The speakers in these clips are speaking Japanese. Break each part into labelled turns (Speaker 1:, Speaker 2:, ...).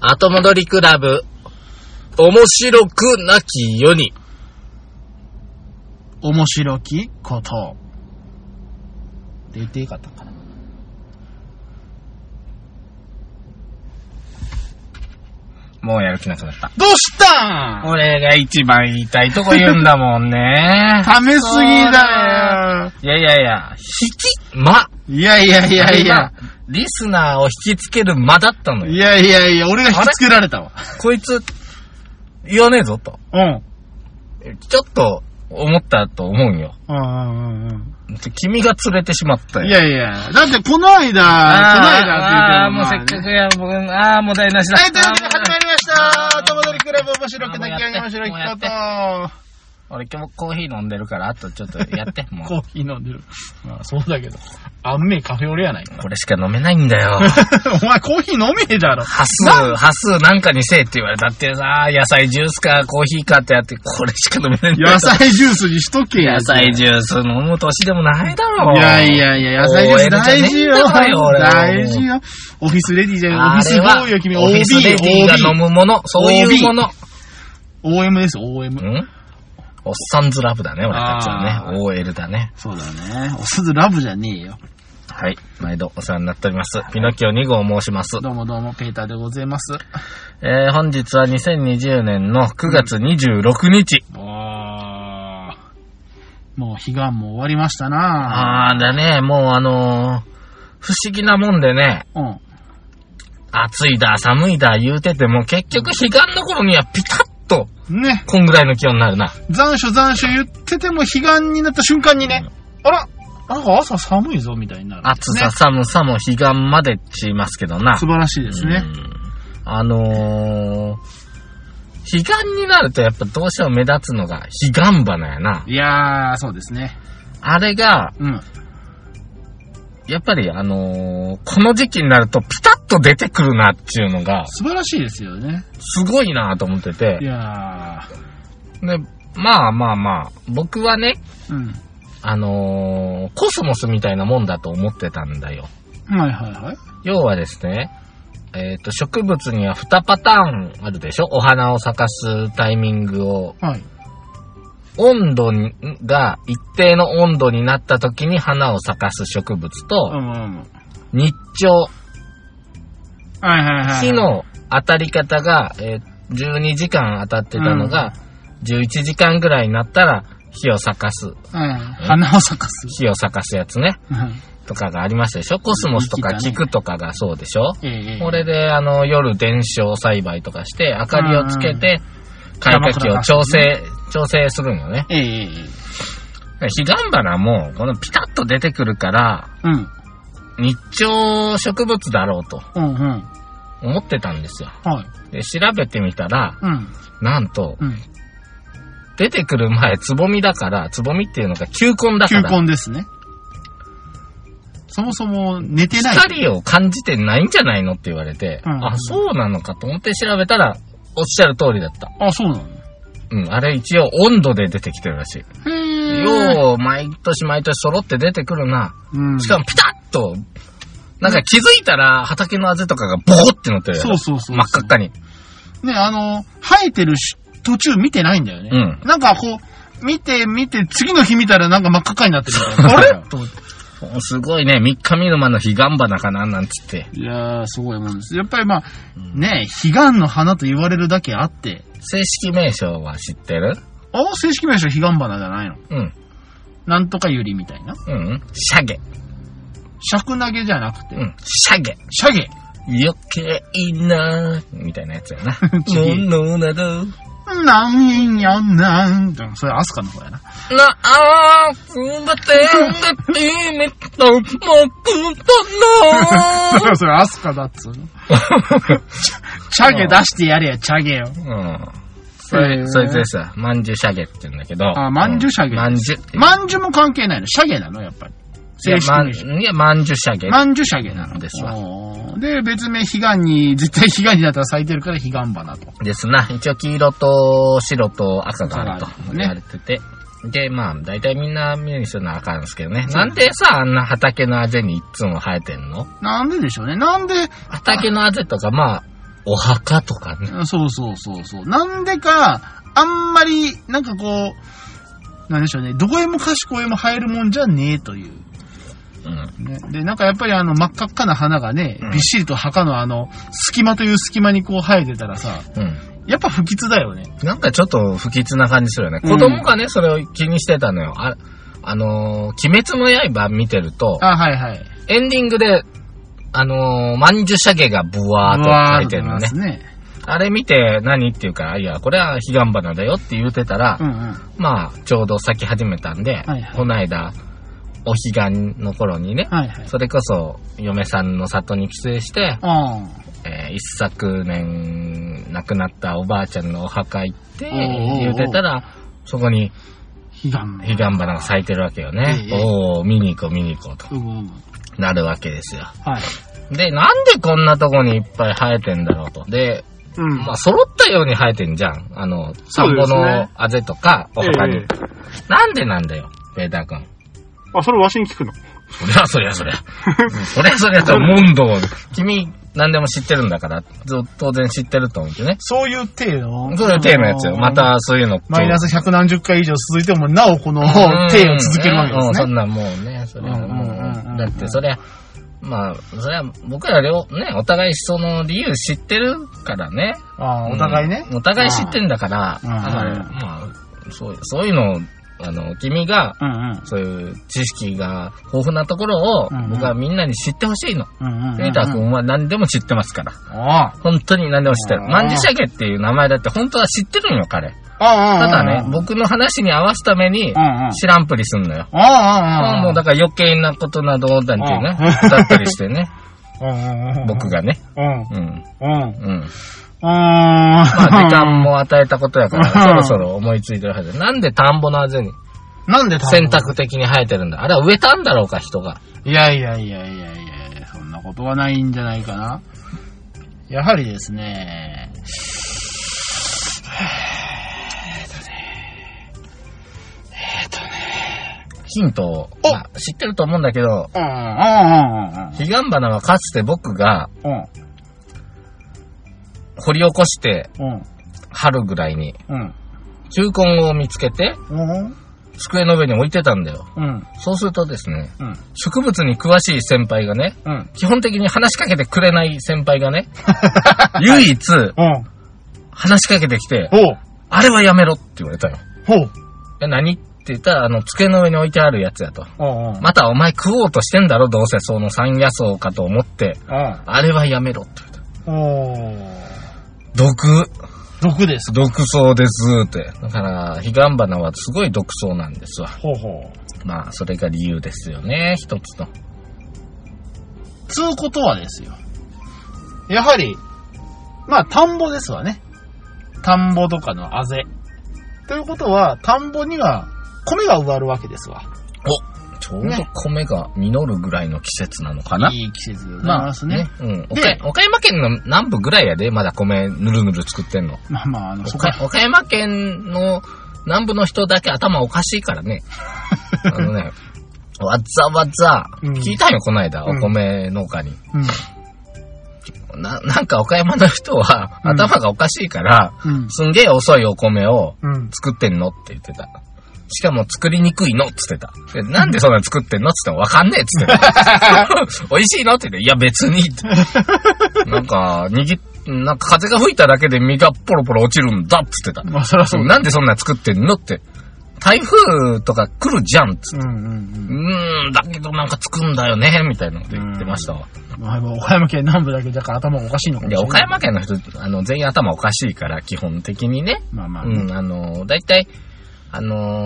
Speaker 1: 後戻りクラブ、面白くなき世に。
Speaker 2: 面白きこと。って言ってよかったかな。
Speaker 3: もうやる気なくなった。
Speaker 2: どうしたん
Speaker 3: 俺が一番言いたいとこ言うんだもん ね。
Speaker 2: ためすぎだよ。
Speaker 3: いやいやいや、
Speaker 1: ま。
Speaker 2: いやいやい
Speaker 3: い
Speaker 2: やいや。。
Speaker 3: リスナーを引きつける間だったの
Speaker 2: い
Speaker 3: よ。
Speaker 2: やいやいや、俺が引きつけられたわ。
Speaker 3: こいつ、言わねえぞと。
Speaker 2: うん。
Speaker 3: ちょっと、思ったと思うよ。
Speaker 2: うんうんうん
Speaker 3: 君が連れてしまった
Speaker 2: うん。
Speaker 3: よ。
Speaker 2: いやいや、だってこの間、この間って言っても
Speaker 3: ああー、もうせっかく
Speaker 2: く。
Speaker 3: や、僕、ああ、もう台無しだ。
Speaker 2: はい、というわけで
Speaker 3: あーもう
Speaker 2: 始まりました。ともどりクラブ面白くなきゃ面白い
Speaker 3: もうやっ
Speaker 2: こ
Speaker 3: て俺今日コーヒー飲んでるから、あとちょっとや って、もう。
Speaker 2: と。コーヒー飲んでる。まあ、そうだけど。あんめえカフェオレやないか。
Speaker 3: これしか飲めないんだよ。
Speaker 2: お前コーヒー飲めへだろ。
Speaker 3: 端数、端数なんかにせえって言われたってさ、野菜ジュースかコーヒーかってやって、これしか飲めないんだよ。
Speaker 2: 野菜ジュースにしとけや。
Speaker 3: 野菜ジュース飲む年でもないだろ。
Speaker 2: いやいやいや、野菜ジュース大事よ。
Speaker 3: OL じゃねえんだよ俺
Speaker 2: 大事よ。オフィスレディじゃん。オフ
Speaker 3: あ
Speaker 2: ィス
Speaker 3: れ
Speaker 2: ボ
Speaker 3: は
Speaker 2: ーイよ、君。
Speaker 3: オフィスレディーが飲
Speaker 2: OB、
Speaker 3: むもの、そういうもの。
Speaker 2: OB。OM です、OM。
Speaker 3: んおっさんずラブだね、俺たちは
Speaker 2: あ
Speaker 3: ね。OL だね。
Speaker 2: そうだね。おすずラブじゃねえよ。
Speaker 3: はい。毎度お世話になっております。ピノキオ2号申します。
Speaker 2: どうもどうも、ペーターでございます。
Speaker 3: えー、本日は2020年の9月26日。
Speaker 2: あーもう悲願も終わりましたな
Speaker 3: あーだね、もうあのー不思議なもんでね、
Speaker 2: うん。
Speaker 3: 暑いだ、寒いだ言うてても結局彼岸の頃にはピタッと、
Speaker 2: ね、
Speaker 3: こんぐらいの気温になるな。
Speaker 2: 残暑残暑言ってても悲願になった瞬間にね、あら、なんか朝寒いぞみたいになる、
Speaker 3: 暑
Speaker 2: ね
Speaker 3: さ、。寒さも彼岸までって言いますけどな。
Speaker 2: 素晴らしいですね。
Speaker 3: うんあのー、彼岸になるとやっぱどうしても目立つのが彼岸花やな。
Speaker 2: いやー、そうですね。
Speaker 3: あれが、
Speaker 2: うん。
Speaker 3: やっぱりあのーこの時期になるとピタッと出てくるなっていうのが、
Speaker 2: 素晴らしいですよね。
Speaker 3: すごいなと思って
Speaker 2: い
Speaker 3: て。
Speaker 2: や
Speaker 3: で、まあまあまあ、僕はね、
Speaker 2: ー。うん。
Speaker 3: あのーコスモスみたいなもんだと思ってたんだよ。
Speaker 2: はいはいはい。
Speaker 3: 要はですね、えっ、と、植物には2パターンあるでしょお花を咲かすタイミングを
Speaker 2: はい。
Speaker 3: 温度にが一定の温度になった時に花を咲かす植物
Speaker 2: うん
Speaker 3: と、
Speaker 2: うんうん。
Speaker 3: 日照、
Speaker 2: はいはいはい。
Speaker 3: 日。の当たり方が、えー12時間当たってたのが、11時間ぐらいになったら、火を咲かす、
Speaker 2: はいはい。花を咲かす。
Speaker 3: 火を咲かすやつね、
Speaker 2: うん
Speaker 3: とかがありましたでしょコスモスとか
Speaker 2: 生きたね
Speaker 3: 菊とかがそうでしょ
Speaker 2: ええ
Speaker 3: これで、あの、夜伝承栽培とかして、明かりをつけて、開花期を調整、調整するんよね。
Speaker 2: えええええ
Speaker 3: 彼
Speaker 2: え
Speaker 3: 岸花も、このピタッと出てくるから、
Speaker 2: うん。
Speaker 3: 日照植物だろうと
Speaker 2: うんうん。
Speaker 3: 思ってたんですよ。
Speaker 2: はい。
Speaker 3: で、調べてみたら、
Speaker 2: うん。
Speaker 3: なんと、
Speaker 2: うん。
Speaker 3: 出てくる前、つぼみだから、つぼみっていうのが球根だか
Speaker 2: 球
Speaker 3: ら、
Speaker 2: 根ですね。そもそも寝てない。
Speaker 3: 光を感じてないんじゃないのって言われて、
Speaker 2: うん
Speaker 3: あ、そうなのかと思って調べたら、おっしゃる通りだった。
Speaker 2: あ、そうなの
Speaker 3: うん、あれ一応温度で出てきてるらしい。
Speaker 2: へ
Speaker 3: よう、毎年毎年揃って出てくるな。
Speaker 2: うん。
Speaker 3: しかもピタッと、なんか気づいたら畑のあぜとかがボコってなってるやろ
Speaker 2: そうそうそう。
Speaker 3: 真っ赤っかに。
Speaker 2: ね、あの、生えてるし途中見てないんだよね。
Speaker 3: うん
Speaker 2: なんかこう、見て見て、次の日見たらなんか真っ赤っかになってるみたいな。あれと思って
Speaker 3: すごいね、三日見る間の彼岸花かな、なんつって。
Speaker 2: いやー、すごいもんです。やっぱりまあ、ね、悲願の花と言われるだけあって、
Speaker 3: 正式名称は知ってる
Speaker 2: あ正式名称悲願花じゃないの
Speaker 3: うん。
Speaker 2: なんとかユリみたいな。
Speaker 3: うん。シャゲ。
Speaker 2: 尺投げじゃなくて、
Speaker 3: うん。シャゲ。
Speaker 2: シャゲ。
Speaker 3: 余計なみたいなやつ やな。
Speaker 2: ちげえ
Speaker 3: 物など、
Speaker 2: なんやなんだ。それアスカの方 やな。
Speaker 3: なあ、くばてんがてめた、もくと
Speaker 2: だからそれアスカだっつうの。チャゲ出してやれや、チャゲよ。
Speaker 3: の。 うん。それ、
Speaker 2: へえ
Speaker 3: そいつでさ、まんじゅうシャゲって言うんだけど。
Speaker 2: あまんじゅうシャゲ
Speaker 3: まんじゅうっていう。
Speaker 2: まんじゅうも関係ないの。シャゲなの、やっぱり。
Speaker 3: いや
Speaker 2: 正式
Speaker 3: まん
Speaker 2: 名称。
Speaker 3: いや、まんじゅうシャゲ。
Speaker 2: まんじゅうシャゲなの
Speaker 3: ですわ
Speaker 2: おーで、別名、悲願に、絶対悲願になったら咲いてるから悲願花と。
Speaker 3: ですな。一応黄色と白と赤があると
Speaker 2: そうだね
Speaker 3: 言われてて。で、まあ、大体みんな目にするのは赤なんですけどね。なんでさ、あんな畑のあぜにいっつも生えてんの
Speaker 2: なんででしょうね。なんで、
Speaker 3: 畑のあぜとか、まあ、お墓とかね。
Speaker 2: そうそうそうそう。なんでか、あんまり、なんかこう、なんでしょうね、どこへもかしこへも生えるもんじゃねえという。
Speaker 3: うん。
Speaker 2: ね、で、なんかやっぱりあの真っ赤っかな花がね、
Speaker 3: うん
Speaker 2: びっしりと墓のあの、隙間という隙間にこう生えてたらさ、
Speaker 3: うん。
Speaker 2: やっぱ不吉だよね。
Speaker 3: なんかちょっと不吉な感じするよね。
Speaker 2: うん
Speaker 3: 子供がね、それを気にしてたのよ。あ、あのー鬼滅の刃見てると、
Speaker 2: あ、はいはい。
Speaker 3: エンディングで、あのー、まんじゅしゃげがブワ
Speaker 2: うわ
Speaker 3: ーっと書いてるの
Speaker 2: ー
Speaker 3: ね
Speaker 2: っと。出ますね。
Speaker 3: あれ見て何っていうから、いや、これは彼岸花だよって言うてたら、
Speaker 2: うんうん。
Speaker 3: まあ、ちょうど咲き始めたんで、
Speaker 2: はいはい
Speaker 3: こないだ、お彼岸の頃にね、
Speaker 2: はいはい。
Speaker 3: それこそ、嫁さんの里に帰省して、
Speaker 2: あ
Speaker 3: えー一昨年、亡くなったおばあちゃんのお墓行って、
Speaker 2: おうおうおう
Speaker 3: 言うてたら、そこに
Speaker 2: 悲願の。
Speaker 3: 彼岸花が咲いてるわけよね。
Speaker 2: ええ
Speaker 3: おお見に行こう見に行こうと
Speaker 2: うごうご。
Speaker 3: なるわけですよ。
Speaker 2: はい。
Speaker 3: で、なんでこんなとこにいっぱい生えてんだろうと。で、
Speaker 2: うん。
Speaker 3: まあ、揃ったように生えてんじゃん。あの、田んぼ
Speaker 2: そうです
Speaker 3: の
Speaker 2: ね
Speaker 3: あぜとか、お墓に。
Speaker 2: ええ
Speaker 3: なんでなんだよ、ペーター君。
Speaker 2: あ、それわしに聞くの
Speaker 3: そりゃそりゃそりゃ。そりゃそりゃと思うんだもん君、何でも知ってるんだから、ず当然知ってると思うけどね。
Speaker 2: そういう体の。
Speaker 3: そういうテーマのやつよ。また、そういうの。
Speaker 2: マイナス百何十回以上続いても、なおこの
Speaker 3: うん
Speaker 2: 体を続けるわけで
Speaker 3: うん
Speaker 2: す
Speaker 3: そ
Speaker 2: ね。
Speaker 3: んなもうね、それはも
Speaker 2: うんうんうんうんう
Speaker 3: う。
Speaker 2: ん
Speaker 3: だってそりゃ、まあ、そりゃ、僕ら両、ね、お互いその理由知ってるからね。
Speaker 2: ああ、お互いね。
Speaker 3: うんお互い知ってんだから、
Speaker 2: うん
Speaker 3: だから、
Speaker 2: うん
Speaker 3: まあ、そう、そういうのを、あの、君が、
Speaker 2: うんうん。
Speaker 3: そういう知識が豊富なところを
Speaker 2: うんうん、
Speaker 3: 僕はみんなに知ってほしいの。
Speaker 2: うんうん。
Speaker 3: ペーター君は何でも知ってますから。
Speaker 2: あ
Speaker 3: 本当に何でも知ってる。
Speaker 2: うん
Speaker 3: マンジシャゲっていう名前だって本当は知ってるんよ、彼。
Speaker 2: あ。ああ。
Speaker 3: ただね、
Speaker 2: うんうん。
Speaker 3: 僕の話に合わすために、知らんぷりすんのよ。
Speaker 2: ああ、ああ。
Speaker 3: もうだから余計なことなどなんていうね、だったりしてね、
Speaker 2: ら
Speaker 3: 僕。がね。
Speaker 2: うん。
Speaker 3: うん、
Speaker 2: うん。
Speaker 3: うん。
Speaker 2: あ
Speaker 3: まあ、時間
Speaker 2: も。
Speaker 3: も与えたことやから、そろそろ思いついてるはず。なんで田んぼのあぜに
Speaker 2: なんで
Speaker 3: 選択的に生えてるんだあれは植えたんだろうか、人が。
Speaker 2: いやいやいやいやいやいや、そんなことはないんじゃないかな。やはりですね、
Speaker 3: ヒントを、
Speaker 2: お
Speaker 3: まあ知ってると思うんだけど、
Speaker 2: うん、うん、
Speaker 3: ヒガンバナはかつて僕が
Speaker 2: うん、うん、
Speaker 3: 掘り起こして
Speaker 2: うん、
Speaker 3: 春ぐらいに、
Speaker 2: うん、
Speaker 3: 球根を見つけて、
Speaker 2: うん、
Speaker 3: 机の上に置いてたんだよ。
Speaker 2: うん、
Speaker 3: そうするとですね、
Speaker 2: うん、
Speaker 3: 植物に詳しい先輩がね、
Speaker 2: うん、うん、
Speaker 3: 基本的に話しかけてくれない先輩がね、唯一話しかけてきて、
Speaker 2: ほう、
Speaker 3: あれはやめろって言われたよ。
Speaker 2: ほう、
Speaker 3: え、何って言ったら、あの、机の上に置いてあるやつやと。
Speaker 2: うん、うん、
Speaker 3: またお前食おうとしてんだろ、どうせその山野草かと思って、
Speaker 2: うん、
Speaker 3: あれはやめろって言われた。
Speaker 2: お
Speaker 3: 毒、
Speaker 2: 毒です。
Speaker 3: 毒草ですって。だから、ヒガンバナはすごい毒草なんですわ。
Speaker 2: ほうほう。
Speaker 3: まあ、それが理由ですよね、一つの。
Speaker 2: つうことはですよ。やはり、まあ、田んぼですわね。田んぼとかのあぜ。ということは、田んぼには米が植わるわけですわ。
Speaker 3: おちょうど米が実るぐらいの季節なのかな。
Speaker 2: いい季節でございますね。
Speaker 3: うん。岡
Speaker 2: で
Speaker 3: 岡山県の南部ぐらいやで、まだ米ぬるぬる作ってんの。
Speaker 2: まあまあ、あの、そこ
Speaker 3: 岡岡山県の南部の人だけ頭おかしいから ね。あのね、わざわざ、
Speaker 2: うん
Speaker 3: 聞いたんよ、この間、
Speaker 2: う
Speaker 3: お
Speaker 2: ん
Speaker 3: 米農家に。
Speaker 2: うん。
Speaker 3: な、 なんか岡山の人は、
Speaker 2: うん
Speaker 3: 頭がおかしいから、
Speaker 2: うん。
Speaker 3: すんげえ遅いお米を
Speaker 2: うん。
Speaker 3: 作ってんのって言ってた。しかも作りにくいのっつってた。でなんでそんな作ってんのっつってもわかんねえっつってた。 美味しいのって言って、いや別にって。なんか、握っ、なんか風が吹いただけで身がポロポロ落ちるんだっつってた。
Speaker 2: まあ、そらそうだ。
Speaker 3: なんでそんな作ってんのって。台風とか来るじゃんっつって。
Speaker 2: うんう
Speaker 3: うんーん、だけどなんか作るんだよね、みたいなこと言ってましたわ。
Speaker 2: うん。まあ、もう岡山県南部だけだから頭おかしいのかも
Speaker 3: い
Speaker 2: し
Speaker 3: や、
Speaker 2: れない。
Speaker 3: 岡山県の人、あの、全員頭おかしいから、基本的にね。
Speaker 2: まあまあ。
Speaker 3: うん、あの、大体、あ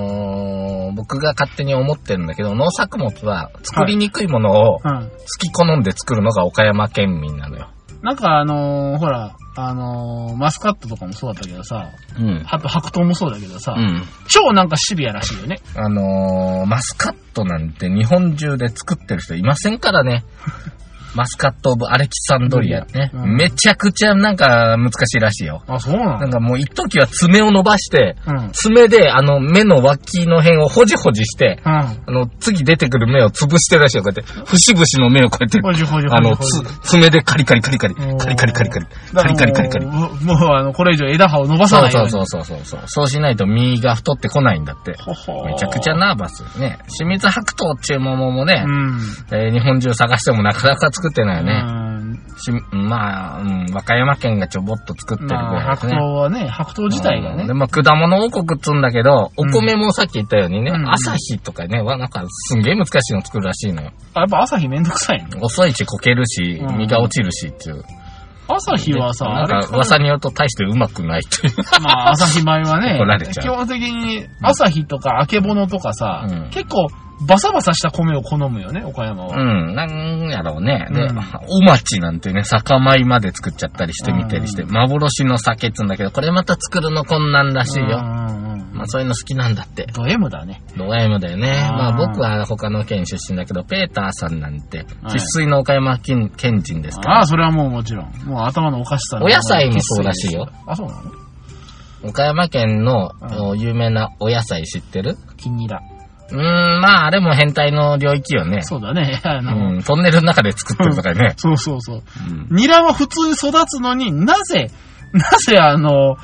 Speaker 3: のー僕が勝手に思ってるんだけど、農作物は作りにくいものを好
Speaker 2: うん。
Speaker 3: き好んで作るのが岡山県民なのよ。
Speaker 2: なんかあのーほら、あのーマスカットとかもそうだったけどさ、
Speaker 3: うん。
Speaker 2: あと白桃もそうだけどさ、
Speaker 3: うん。
Speaker 2: 超なんかシビアらしいよね。
Speaker 3: あ のーマスカットなんて日本中で作ってる人いませんからね。マスカット・オブ・アレキサンドリアね。
Speaker 2: うん
Speaker 3: めちゃくちゃなんか難しいらしいよ。
Speaker 2: あ、そうな
Speaker 3: なんん
Speaker 2: だ。
Speaker 3: かもう一時は爪を伸ばして、
Speaker 2: うん。
Speaker 3: 爪であの目の脇の辺をほじほじして、
Speaker 2: うん。
Speaker 3: あの、次出てくる目を潰してるらしいよ。こうやって、節々の目をこうやって、
Speaker 2: ほじほじほじほじ。
Speaker 3: あの、つ、爪でカリカリカリカリ、
Speaker 2: おー
Speaker 3: カリカリカリカリ、
Speaker 2: だ
Speaker 3: カリ
Speaker 2: から
Speaker 3: カリカリカリ。
Speaker 2: もう、もうあの、これ以上枝葉を伸ばさ
Speaker 3: そ
Speaker 2: な
Speaker 3: う
Speaker 2: いよ
Speaker 3: そうう
Speaker 2: に。
Speaker 3: そうそうそうそう。そうしないと身が太ってこないんだって。
Speaker 2: ほほー
Speaker 3: めちゃくちゃ。ナーバスね。清水白桃っていう桃もね
Speaker 2: う、ん。
Speaker 3: えー日本中探してもなかなか作ってないよね。
Speaker 2: うん
Speaker 3: しまあ、うん、和歌山県がちょぼっと作ってるぐ
Speaker 2: まあ、
Speaker 3: らいで
Speaker 2: 白
Speaker 3: すね。
Speaker 2: 桃はね、白桃自体が
Speaker 3: う
Speaker 2: ね
Speaker 3: んで、。まあ、果物王国っつうんだけど、お
Speaker 2: うん
Speaker 3: 米もさっき言ったようにね、
Speaker 2: うん
Speaker 3: 朝日とかね、はなんかすんげえ難しいの作るらしいのよ。
Speaker 2: あやっぱ朝日めんどくさいの
Speaker 3: 遅いしこけるし、
Speaker 2: うん
Speaker 3: 身が落ちるしっていう。
Speaker 2: 朝日はさ、
Speaker 3: なん
Speaker 2: あれ
Speaker 3: か噂によると大してうまくないという。
Speaker 2: まあ、朝日米はね
Speaker 3: 怒られ、ちゃう
Speaker 2: 基本的に朝日とかあけぼのとかさ、
Speaker 3: うん
Speaker 2: 結構バサバサした米を好むよね、岡山
Speaker 3: う
Speaker 2: は。
Speaker 3: ん、なんやろうね。で、
Speaker 2: うん
Speaker 3: お町なんてね、酒米まで作っちゃったりしてみたりして、
Speaker 2: う
Speaker 3: 幻の酒っつうんだけど、これまた作るのこんなんらしいよ。
Speaker 2: うんうんうん
Speaker 3: まあそういうの好きなんだって。
Speaker 2: ド M だね。
Speaker 3: ド M だよね。
Speaker 2: あー
Speaker 3: まあ僕は他の県出身だけど、ペーターさんなんて、
Speaker 2: はい
Speaker 3: 生粋の岡山県県人ですか
Speaker 2: あ
Speaker 3: ら
Speaker 2: あ、、それはもうもちろん。もう頭のおかしさの
Speaker 3: お野菜もそうらしいよ。
Speaker 2: あ、そうなの
Speaker 3: 岡山県の
Speaker 2: うん
Speaker 3: お有名なお野菜知ってる
Speaker 2: 気に入らん。
Speaker 3: うーん、まああれも変態の領域よね。
Speaker 2: そうだね。 あの、
Speaker 3: うん、トンネルの中で作ってるとかね。
Speaker 2: そうそうそう。ニラは普通に育つのになぜ、 なぜあの、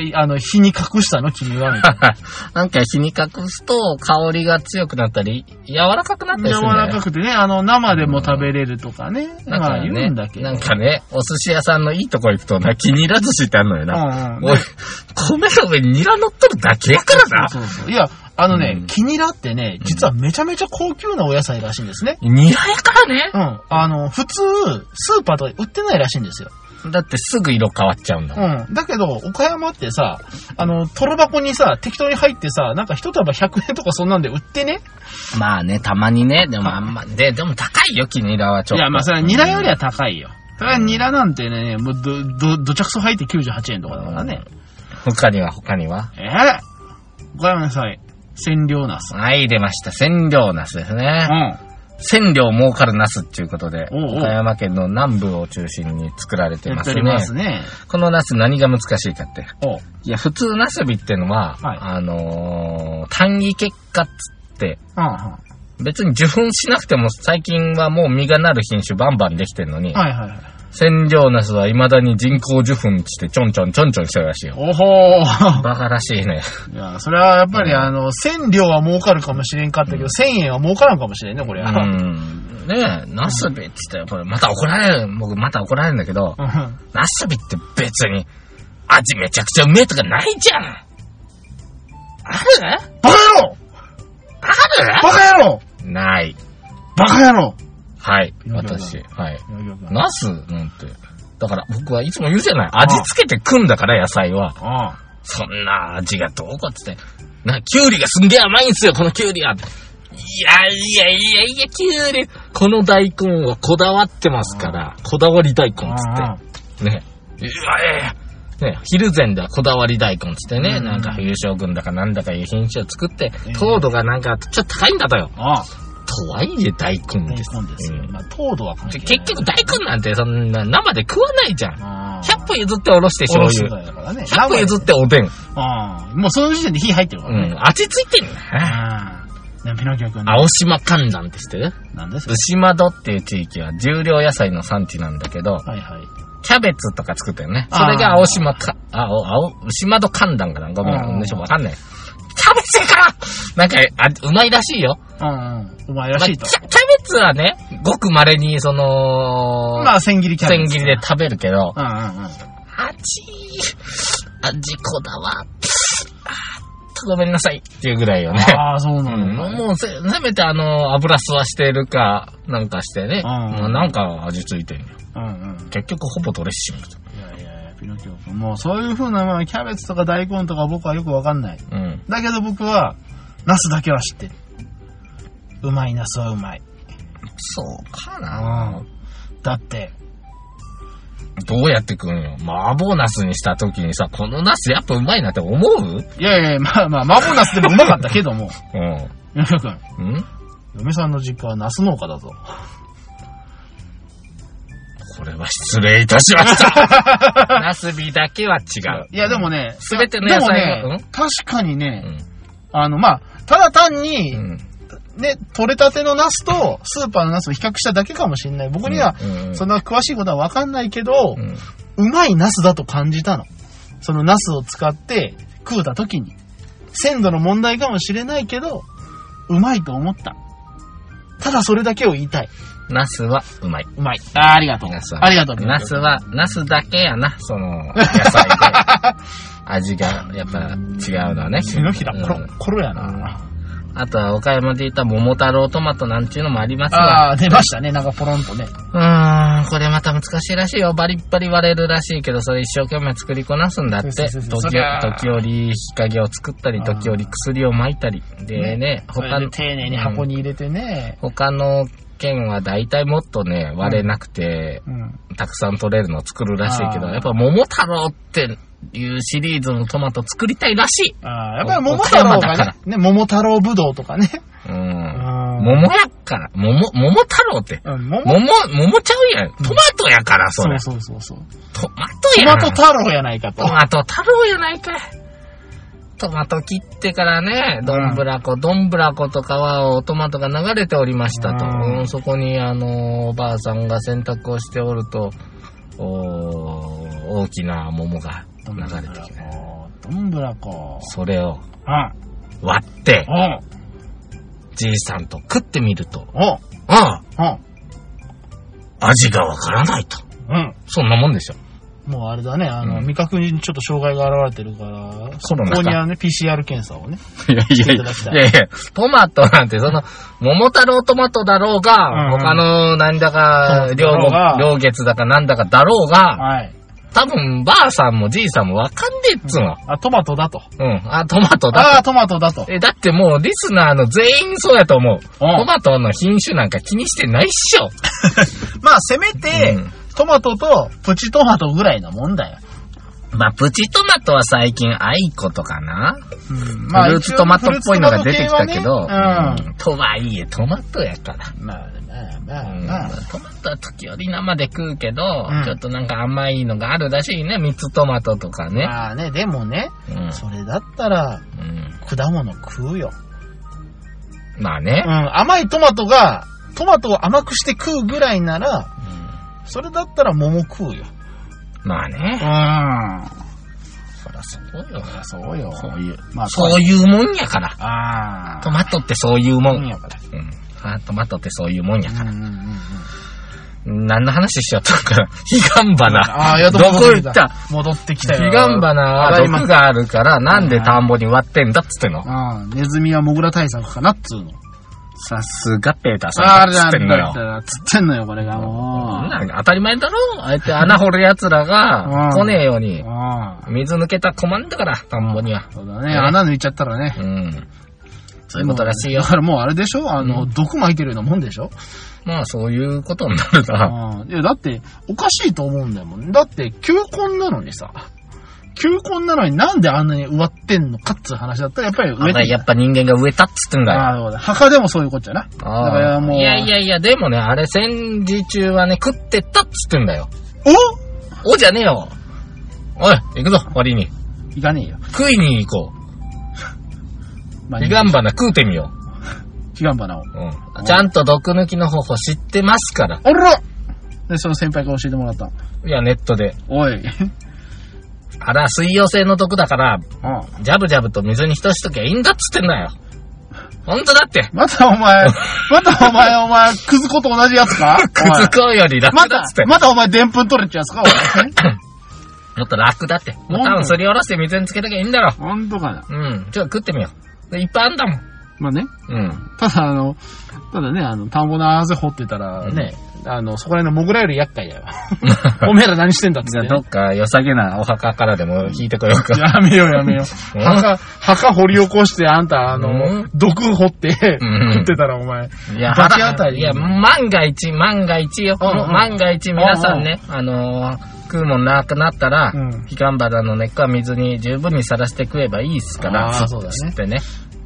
Speaker 2: いあの、火に隠したの君はみたい
Speaker 3: なんか火に隠すと香りが強くなったり、柔らかくなった
Speaker 2: な。
Speaker 3: りす
Speaker 2: 柔
Speaker 3: るんだ
Speaker 2: ら
Speaker 3: よ
Speaker 2: か。くてね、あの、生でも食べれるとかね。
Speaker 3: だか
Speaker 2: まあ
Speaker 3: ら
Speaker 2: 言
Speaker 3: ね、
Speaker 2: うんだけど。
Speaker 3: なんかね、お寿司屋さんのいいとこ行くとな、気に入らず寿司ってあるのよな。
Speaker 2: うんうん
Speaker 3: おい、米の上にニラ乗っとるだけやからな。
Speaker 2: そうそうそう。いや、あのね、
Speaker 3: うん
Speaker 2: キニラってね、実はめちゃめちゃ高級なお野菜らしいんですね。
Speaker 3: ニラやから
Speaker 2: うん。あの、普通、スーパーとかで売ってないらしいんですよ。
Speaker 3: ね。だってすぐ色変わっちゃうんだもん。
Speaker 2: うん。だけど、岡山ってさ、あの、トロ箱にさ、適当に入ってさ、なんか一束100円とかそんなんで売ってね。
Speaker 3: まあね、たまにね、でもあんま、で、でも高いよ、キニラはちょっ
Speaker 2: い
Speaker 3: と。
Speaker 2: や、まあそれはニラよりは高いよ。それはニラなんてね、もうど、ど、どちゃくそ入って98円とかだからね。
Speaker 3: 他には他には
Speaker 2: ええ岡山の野菜、千両ナス。
Speaker 3: はい、出ました。千両ナスですね。
Speaker 2: うん。
Speaker 3: 千両儲かるナスっていうことで、
Speaker 2: おうおう
Speaker 3: 岡山県の南部を中心に作られて
Speaker 2: や
Speaker 3: ま
Speaker 2: っ
Speaker 3: す
Speaker 2: てお
Speaker 3: ね。
Speaker 2: りますね。
Speaker 3: このナス何が難しいかって。
Speaker 2: おう
Speaker 3: いや、普通ナスビってのは、
Speaker 2: はい
Speaker 3: あのー単位結果っつって、
Speaker 2: うんうん。
Speaker 3: 別に受粉しなくても最近はもう実がなる品種バンバンできてるのに、
Speaker 2: はいはいはい。
Speaker 3: 千両ナスは未だに人工受粉してちょんちょんちょんちょんしてるらしいよ。
Speaker 2: おほー。
Speaker 3: バカらしいね。
Speaker 2: いや、それはやっぱり、
Speaker 3: うん
Speaker 2: あの、千両は儲かるかもしれんかったけど、千円は儲からんかもしれんね、これ
Speaker 3: う
Speaker 2: は。
Speaker 3: ん。ねえ、ナスビって言ったら、また怒られる、僕また怒られるんだけど、
Speaker 2: うん
Speaker 3: ナスビって別に、味めちゃくちゃうめえとかないじゃんある
Speaker 2: バカ野郎
Speaker 3: あ
Speaker 2: バカ野郎
Speaker 3: るない。
Speaker 2: バカ野郎
Speaker 3: はい、
Speaker 2: なるほど
Speaker 3: 私。はい。
Speaker 2: な
Speaker 3: ナスなんて。だから僕はいつも言うじゃない。味付けてくんだから、野菜は。
Speaker 2: あ
Speaker 3: そんな味がどうこうっつって。な、キュウリがすんげえ甘いんすよ、このキュウリが。いやいやいやいや、キュウリ。この大根はこだわってますから、こだわり大根っつって。
Speaker 2: あ。
Speaker 3: ね。いやいやいやね、ヒルゼンではこだわり大根っつってね、
Speaker 2: うん
Speaker 3: なんか優勝軍だかなんだかいう品種を作って
Speaker 2: ええ、
Speaker 3: 糖度がなんかちょっと高いんだとよ。
Speaker 2: ああ。
Speaker 3: とはいえ大根
Speaker 2: 大
Speaker 3: です。
Speaker 2: 根ですよ。
Speaker 3: うん
Speaker 2: まあ、糖度は関
Speaker 3: で
Speaker 2: 係ない
Speaker 3: 結局、大根なんてそんな生で食わないじゃん。
Speaker 2: ああ
Speaker 3: 100歩譲っておろして醤
Speaker 2: おろして
Speaker 3: 油。
Speaker 2: たからね。
Speaker 3: 100歩譲っておでん。
Speaker 2: ああ。もうその時点で火入ってるか
Speaker 3: う
Speaker 2: らね。
Speaker 3: ん、味ついてんだ。
Speaker 2: ああ。でもピノキオ君ね、
Speaker 3: 青島観覧って知ってる
Speaker 2: なんですか
Speaker 3: 牛窓っていう地域は重量野菜の産地なんだけど、
Speaker 2: はいはい。
Speaker 3: キャベツとか作ってるね。
Speaker 2: あー
Speaker 3: それが青島か、あ、青、青、牛窓観覧かなごめ
Speaker 2: うん
Speaker 3: ん、でしょ、わかんない。キャベツかなんか、あ、うまいらしいよ。
Speaker 2: うんうん。うまいら
Speaker 3: まあ
Speaker 2: し
Speaker 3: キ
Speaker 2: い
Speaker 3: ャ
Speaker 2: と。
Speaker 3: キャベツはね、ごく稀に、その、
Speaker 2: まあ、千切りキャベツ。
Speaker 3: 千切りで。食べるけど、
Speaker 2: うんうんうん。
Speaker 3: 味、味こだわ。あーっとごめんなさいっていうぐらいよね。
Speaker 2: ああ、そう
Speaker 3: う、
Speaker 2: なんの。
Speaker 3: もうせ、せめてあの、油吸わしてるか、なんかしてね。
Speaker 2: うん
Speaker 3: もうなんか味ついてるよ。
Speaker 2: うんうん。
Speaker 3: 結局ほぼドレッシング。
Speaker 2: いやいやいや、ピノキオ君。もうそういう風な、まあ、キャベツとか大根とか僕はよくわかんない。
Speaker 3: うん。
Speaker 2: だけど僕は、ナスだけは知ってる。うまいナスはうまい。
Speaker 3: そうか
Speaker 2: う。
Speaker 3: なん
Speaker 2: だって、
Speaker 3: どうやって食うんよ。麻婆ナスにした時にさ、このナスやっぱうまいなって思う
Speaker 2: いやいやいや、まあまあ、麻婆ナスでもうまかったけども。
Speaker 3: う
Speaker 2: ピノキオ君、
Speaker 3: ん。ん
Speaker 2: 嫁さんの実家はナス農家だぞ。
Speaker 3: それは失礼いたしま した。ナスビだけは違う。
Speaker 2: いや、でもね、
Speaker 3: すべての
Speaker 2: で
Speaker 3: 野
Speaker 2: も
Speaker 3: 菜が、
Speaker 2: ね、確かに
Speaker 3: う
Speaker 2: ね、
Speaker 3: ん
Speaker 2: あの、まあ、ただ単に、
Speaker 3: うん。
Speaker 2: ね、取れたてのナスと、スーパーのナスを比較しただけかもしれない。僕には、
Speaker 3: うんうん
Speaker 2: そんな詳しいことはわかんないけど、
Speaker 3: うん
Speaker 2: うまいナスだと感じたの。そのナスを使って食うた時に。鮮度の問題かもしれないけど、うまいと思った。ただそれだけを言いたい。
Speaker 3: ナスはうまい。
Speaker 2: うまい。あーありがとう。
Speaker 3: ナスは
Speaker 2: ありがとう。
Speaker 3: ナスは、ナスだけやな、その、野菜で。味が、やっぱ、違うのはね。
Speaker 2: 手のひら、
Speaker 3: うん
Speaker 2: コロ、コロやな。
Speaker 3: あとは、岡山で言った桃太郎トマトなんちゅうのもありますが。
Speaker 2: ああ、出ましたね。なんかポロンとね。
Speaker 3: うーん、これまた難しいらしいよ。バリッバリ割れるらしいけど、それ一生懸命作りこなすんだって。
Speaker 2: そう
Speaker 3: 時
Speaker 2: そうそうそ
Speaker 3: 時
Speaker 2: りゃあ
Speaker 3: 折日陰を作ったり、
Speaker 2: あー
Speaker 3: 時折薬を撒いたり。でね、
Speaker 2: そ
Speaker 3: 他
Speaker 2: れ
Speaker 3: の
Speaker 2: で、丁寧に箱に入れてね。
Speaker 3: 他の県は大体もっとね、割れなくて、
Speaker 2: うん。
Speaker 3: たくさん取れるのを作るらしいけど、
Speaker 2: あー
Speaker 3: やっぱ桃太郎っていうシリーズのトマト作りたいらしい。
Speaker 2: ああ、やっぱり桃太郎
Speaker 3: 岡山だか
Speaker 2: が
Speaker 3: ら
Speaker 2: ね、ね、桃太郎ぶどうとかね。
Speaker 3: う。
Speaker 2: うんん。
Speaker 3: 桃やから、桃、桃太郎って。
Speaker 2: うん、桃
Speaker 3: 桃、桃ちゃうやん。トマトやから、そ
Speaker 2: そ
Speaker 3: れ
Speaker 2: う。そうそうそう。
Speaker 3: トマト
Speaker 2: ト
Speaker 3: や
Speaker 2: マ
Speaker 3: ん。
Speaker 2: ト太郎やないかと
Speaker 3: ト。マト太郎やないかい。トマト切ってからね、どんぶらこ、どんぶらこと川をトマトが流れておりましたと。
Speaker 2: うん
Speaker 3: うんそこに、あの、おばあさんが洗濯をしておると、おー大きな桃が
Speaker 2: どんぶら
Speaker 3: 流れてきて、
Speaker 2: こ。どんぶらこ。
Speaker 3: それを
Speaker 2: うん。
Speaker 3: 割って、
Speaker 2: おう
Speaker 3: じいさんと食ってみると、
Speaker 2: おう
Speaker 3: ああ、
Speaker 2: おう
Speaker 3: 味がわからないと。
Speaker 2: うん。
Speaker 3: そんなもんでしょ。
Speaker 2: もうあれだね、あの、
Speaker 3: うん
Speaker 2: 味覚にちょっと障害が現れてるから、
Speaker 3: コロナか
Speaker 2: こにはね、PCR 検査をね。
Speaker 3: いやい
Speaker 2: や
Speaker 3: や
Speaker 2: い
Speaker 3: い
Speaker 2: や
Speaker 3: や、トマトなんて、その、桃太郎トマトだろうが、
Speaker 2: うんうん
Speaker 3: 他の何だか、
Speaker 2: ト
Speaker 3: 両
Speaker 2: マトだろうが
Speaker 3: 両月だかなんだかだろうが、
Speaker 2: はい。
Speaker 3: 多分、ばあさんもじいさんもわかんねえっつうの。
Speaker 2: あ、トマトだと。
Speaker 3: うん。あ、トマトだ。
Speaker 2: ああ、トマトだと。
Speaker 3: え、だってもう、リスナーの全員そうやと思う。
Speaker 2: うん
Speaker 3: トマトの品種なんか気にしてないっしょ。
Speaker 2: まあ、せめて、
Speaker 3: うん
Speaker 2: トマトとプチトマトぐらいのもんだよ。
Speaker 3: まあ、プチトマトは最近、アイコとかな。
Speaker 2: うん。
Speaker 3: フルーツトマトっぽいのが出てきたけ
Speaker 2: フ
Speaker 3: ど、
Speaker 2: ルーツトマト系はね
Speaker 3: うんとはいえ、トマトやから。
Speaker 2: うん。まあまあまあ
Speaker 3: うん
Speaker 2: まあ。
Speaker 3: トマトは時折生で食うけど、
Speaker 2: うん
Speaker 3: ちょっとなんか甘いのがあるらしいね。蜜トマトとかね。
Speaker 2: まあね、でもね、
Speaker 3: うん
Speaker 2: それだったら、
Speaker 3: うん
Speaker 2: 果物食うよ。
Speaker 3: まあ
Speaker 2: う
Speaker 3: ね。
Speaker 2: ん、甘いトマトが、トマトを甘くして食うぐらいなら、
Speaker 3: うん
Speaker 2: それだったら桃食うよ。
Speaker 3: まあね。
Speaker 2: ん。
Speaker 3: そらそうよ。
Speaker 2: そうよ。
Speaker 3: そう
Speaker 2: いう。まあ、
Speaker 3: そういうもんやから。
Speaker 2: あ
Speaker 3: トマトってそういうも
Speaker 2: ト
Speaker 3: ん。
Speaker 2: やから。
Speaker 3: うんあトマトってそういうもんやから。
Speaker 2: うんうんうんうん
Speaker 3: 何の話しちゃったんか。ヒガンバナ。
Speaker 2: ああ、やっと
Speaker 3: どこ行った
Speaker 2: 戻ってき
Speaker 3: ヒ
Speaker 2: たよ。
Speaker 3: ガンバナは
Speaker 2: 洗いま
Speaker 3: 毒があるから、なんで田んぼに割ってんだっつってんの。
Speaker 2: ああ、ネズミはモグラ対策かなっつうの。
Speaker 3: さすがペーター
Speaker 2: ああ、
Speaker 3: さ
Speaker 2: あ
Speaker 3: ん
Speaker 2: れ
Speaker 3: だっつっ
Speaker 2: だ、
Speaker 3: てんのよ。
Speaker 2: つってんのよ、これがもう。
Speaker 3: なんか当たり前だろああえて穴掘る奴らが
Speaker 2: うん
Speaker 3: 来ねえように。
Speaker 2: ああ。
Speaker 3: 水抜けたら困んだから、田んぼには。
Speaker 2: そうだね、穴抜いちゃったらね
Speaker 3: う。ん。そういうことらしいよ
Speaker 2: だ。からもうあれでしょあの、
Speaker 3: うん
Speaker 2: 毒撒いてるようなもんでしょ
Speaker 3: まあ、そういうことになるな。
Speaker 2: うんいや、だって、おかしいと思うんだよもん。だって、球根なのにさ、球根なのになんであんなに植わってんのかっつう話だったら、やっぱり植え
Speaker 3: あ
Speaker 2: て
Speaker 3: やっぱ人間が植えたっつってんだよ。
Speaker 2: ああ、そうだ。墓でもそういうことじゃな。だ
Speaker 3: ああ
Speaker 2: からもう。
Speaker 3: いやい。やいや、でもね、あれ戦時中はね、食ってったっつってんだよ。
Speaker 2: お
Speaker 3: おじゃねえよ。おい、行くぞ、割に。
Speaker 2: いかねえよ。
Speaker 3: 食いに行こ
Speaker 2: ま
Speaker 3: う。
Speaker 2: あ、
Speaker 3: ヒガンバナ食うてみよ
Speaker 2: ヒガンバナを。
Speaker 3: う。うん。ちゃんと毒抜きの方法知ってますから。
Speaker 2: あらで、その先輩から教えてもらった。
Speaker 3: いや、ネットで。
Speaker 2: おい。
Speaker 3: あら、水溶性の毒だから、
Speaker 2: ああ
Speaker 3: ジャブジャブと水に浸しときゃいいんだっつってんだよ。ほんとだって。
Speaker 2: また お前、またお前、お前、くずこと同じやつか
Speaker 3: くずこうより楽
Speaker 2: おいま
Speaker 3: だ
Speaker 2: た
Speaker 3: っつって、。
Speaker 2: またお前、でんぷん取れってやつか おい
Speaker 3: もっと楽だって。もう
Speaker 2: なんで
Speaker 3: 多分すりおろして水につけときゃいいんだろ。
Speaker 2: ほんとかな。
Speaker 3: うん。ちょっと食ってみよう。いっぱいあんだもん。
Speaker 2: まあね。
Speaker 3: うん。
Speaker 2: ただあの、ただね、あの、田んぼのあぜ掘ってたらね、あの、そこら辺のモグラより厄介 だよ。おめえら何してんだっつ
Speaker 3: じ
Speaker 2: っ
Speaker 3: ゃあ
Speaker 2: て
Speaker 3: ど
Speaker 2: ね、
Speaker 3: っか良さげなお墓からでも引いてこようか。
Speaker 2: やめようやめよう。
Speaker 3: うん
Speaker 2: 墓、墓掘り起こして、あんた、あ
Speaker 3: う
Speaker 2: の
Speaker 3: ん、
Speaker 2: 毒掘って、
Speaker 3: ん
Speaker 2: 食ってたらお前、
Speaker 3: いや、
Speaker 2: 罰当たり
Speaker 3: いや、万が一、万が一よ。
Speaker 2: うんうん
Speaker 3: 万が一、皆さんね、あのー、食うもんなくなったら、
Speaker 2: うん
Speaker 3: ヒガンバラの根っこは水に十分にさらして食えばいいっすから、
Speaker 2: あーそうだね
Speaker 3: つってね。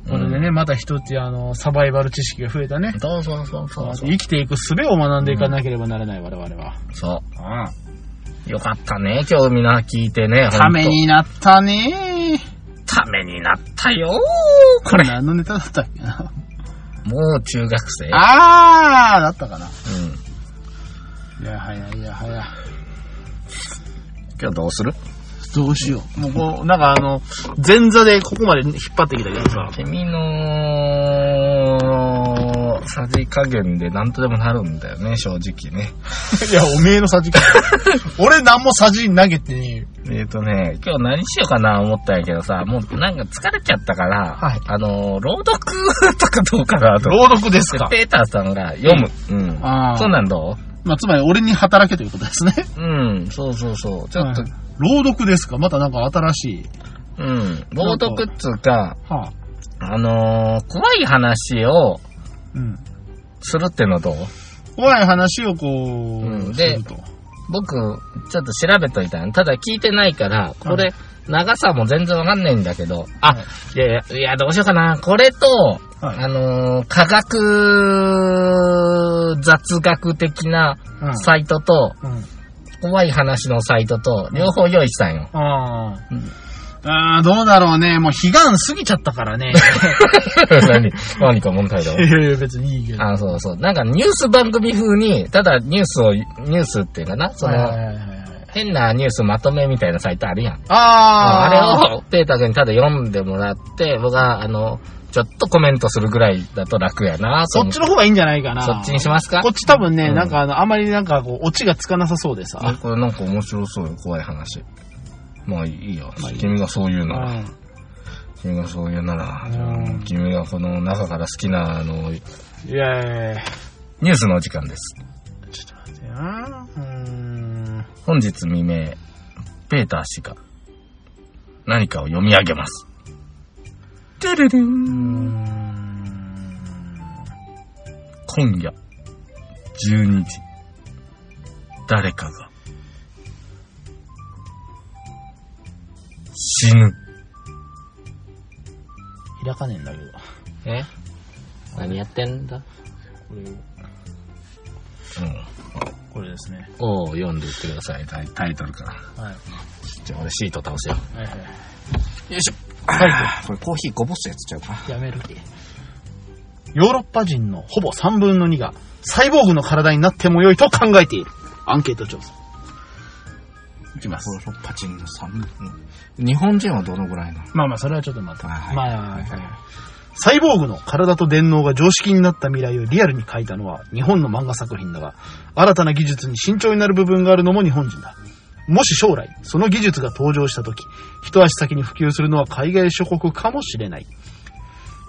Speaker 2: これでね、また一つ、あの、サバイバル知識が増えたね。
Speaker 3: そうそうそうそうそう。
Speaker 2: 生きていく術を学んでいかなければならない、我々は。
Speaker 3: そ
Speaker 2: あ
Speaker 3: う。よかったね。今日みんな聞いてね。ほんと
Speaker 2: ため。になったね
Speaker 3: ためになったよーこれ。
Speaker 2: 何のネタだったっけな。
Speaker 3: もう中学生。
Speaker 2: あーだったかな。
Speaker 3: うん。
Speaker 2: いやはやいやはや。
Speaker 3: 今日どうする
Speaker 2: どうしよう。もうこう、なんかあの、前座でここまで引っ張ってきたけどさ。
Speaker 3: 君の、さじ加減で何とでもなるんだよね、正直ね。
Speaker 2: いや、おめえのさじ か。俺なんもさじ投げてねえよ。
Speaker 3: えっ、とね、今日何しようかな思ったんやけどさ、もうなんか疲れちゃったから、
Speaker 2: はい
Speaker 3: あのー、朗読とかどうかなと。
Speaker 2: 朗読ですか。
Speaker 3: ペーターさんが読む。うん。
Speaker 2: あー
Speaker 3: そんなんど
Speaker 2: まあ、つまり俺に働けということですね。
Speaker 3: ううん、そうそうそう。ちょっと、
Speaker 2: はい朗読ですかまたなんか新しい。
Speaker 3: うん、朗読っつうか、
Speaker 2: はあ。
Speaker 3: あのー、怖い話を
Speaker 2: うん。
Speaker 3: するってのどう
Speaker 2: 怖い話をこう、
Speaker 3: うん
Speaker 2: す
Speaker 3: で
Speaker 2: ると。
Speaker 3: 僕、ちょっと調べといたんただ聞いてないから、これ、長さも全然わかんないんだけど、あ、
Speaker 2: は
Speaker 3: い
Speaker 2: い
Speaker 3: やいや、いや、どうしようかな。これと、
Speaker 2: はい
Speaker 3: あのー科学雑学的な
Speaker 2: うん
Speaker 3: サイトと、
Speaker 2: うん。
Speaker 3: 怖い話のサイトと、両方用意したん よ。
Speaker 2: ああ
Speaker 3: うん。
Speaker 2: ああ、どうだろうね。もう、悲願過ぎちゃったからね。
Speaker 3: 何何か問題だ
Speaker 2: いやいや、別にいいけど。
Speaker 3: あ、そうそう。なんかニュース番組風に、ただニュースを、ニュースっていうかな、そ
Speaker 2: はい
Speaker 3: の、
Speaker 2: はいはいはい
Speaker 3: 変なニュースまとめみたいなサイトあるやん。あ
Speaker 2: あー
Speaker 3: れをペーター君にただ読んでもらって、僕は、あの、ちょっとコメントするぐらいだと楽やなと
Speaker 2: そ
Speaker 3: 思
Speaker 2: っちの方がいいんじゃないかな。
Speaker 3: そっちにしますか
Speaker 2: こっち多分ね、
Speaker 3: うん
Speaker 2: なんかあの、あまりなんかこう、オチがつかなさそうでさ。
Speaker 3: あこれなんか面白そうよ、怖い話。まあいいよ。
Speaker 2: まあいい
Speaker 3: 君がそう言う
Speaker 2: う
Speaker 3: なら。
Speaker 2: ん
Speaker 3: 君がそう言うなら。じゃあ
Speaker 2: うん
Speaker 3: 君がこの中から好きな、あの、ニ
Speaker 2: いやいやいや
Speaker 3: ュースのお時間です。
Speaker 2: ちょっと待ってな。うーん。
Speaker 3: 本日未明、ペーター氏が何かを読み上げます。てれれん
Speaker 2: うーん
Speaker 3: 今夜、12時、誰かが、死ぬ。
Speaker 2: 開かねえんだけど。
Speaker 1: え何やってんだ
Speaker 2: これ、
Speaker 3: うん。
Speaker 2: これですね。
Speaker 1: おう読んでいってくださ
Speaker 3: タイタイタイトルから。
Speaker 2: はい。
Speaker 3: じゃあ俺シート倒せよ。
Speaker 2: はいはい。
Speaker 3: よいしょ。あーこれコーヒーこぼすやつちゃうか。
Speaker 2: やめる気ヨーロッパ人のほぼ3分の2がサイボーグの体になっても良いと考えている。アンケート調査。いきます。
Speaker 3: ロッパ人の3分。日本人はどのぐらいなの
Speaker 2: まあまあ、それはちょっとまた。
Speaker 3: はい
Speaker 2: まあ、サイボーグの体と電脳が常識になった未来をリアルに描いたのは日本の漫画作品だが、新たな技術に慎重になる部分があるのも日本人だ。もし将来、その技術が登場した時、一足先に普及するのは海外諸国かもしれない。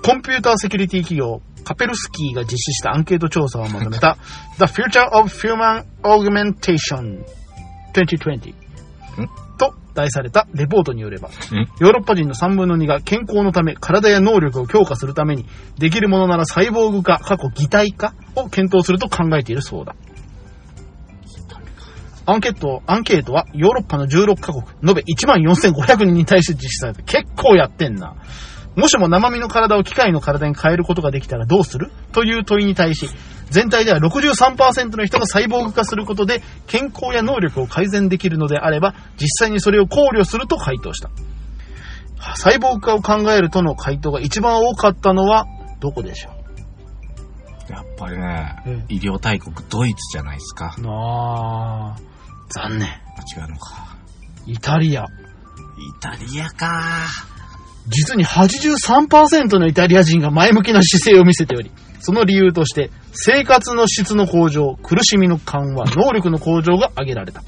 Speaker 2: コンピューターセキュリティ企業、カペルスキーが実施したアンケート調査をまとめた、The Future of Human Augmentation 2020と題されたレポートによれば、ヨーロッパ人の3分の2が健康のため体や能力を強化するためにできるものならサイボーグ化過去擬態化を検討すると考えているそうだアンケートアンケートはヨーロッパの16カ国延べ1万4500人に対して実施された結構やってんなもしも生身の体を機械の体に変えることができたらどうするという問いに対し、全体では63%の人がサイボーグ化することで健康や能力を改善できるのであれば、実際にそれを考慮すると回答した。サイボーグ化を考えるとの回答が一番多かったのは、どこでしょ
Speaker 3: やっぱりね、
Speaker 2: うん
Speaker 3: 医療大国ドイツじゃないですか
Speaker 2: う。なあ残念。
Speaker 3: あ違うのか。
Speaker 2: イタリア。
Speaker 3: イタリアか
Speaker 2: 実に83%のイタリア人が前向きな姿勢を見せており、その理由として、生活の質の向上、苦しみの緩和、能力の向上が挙げられた。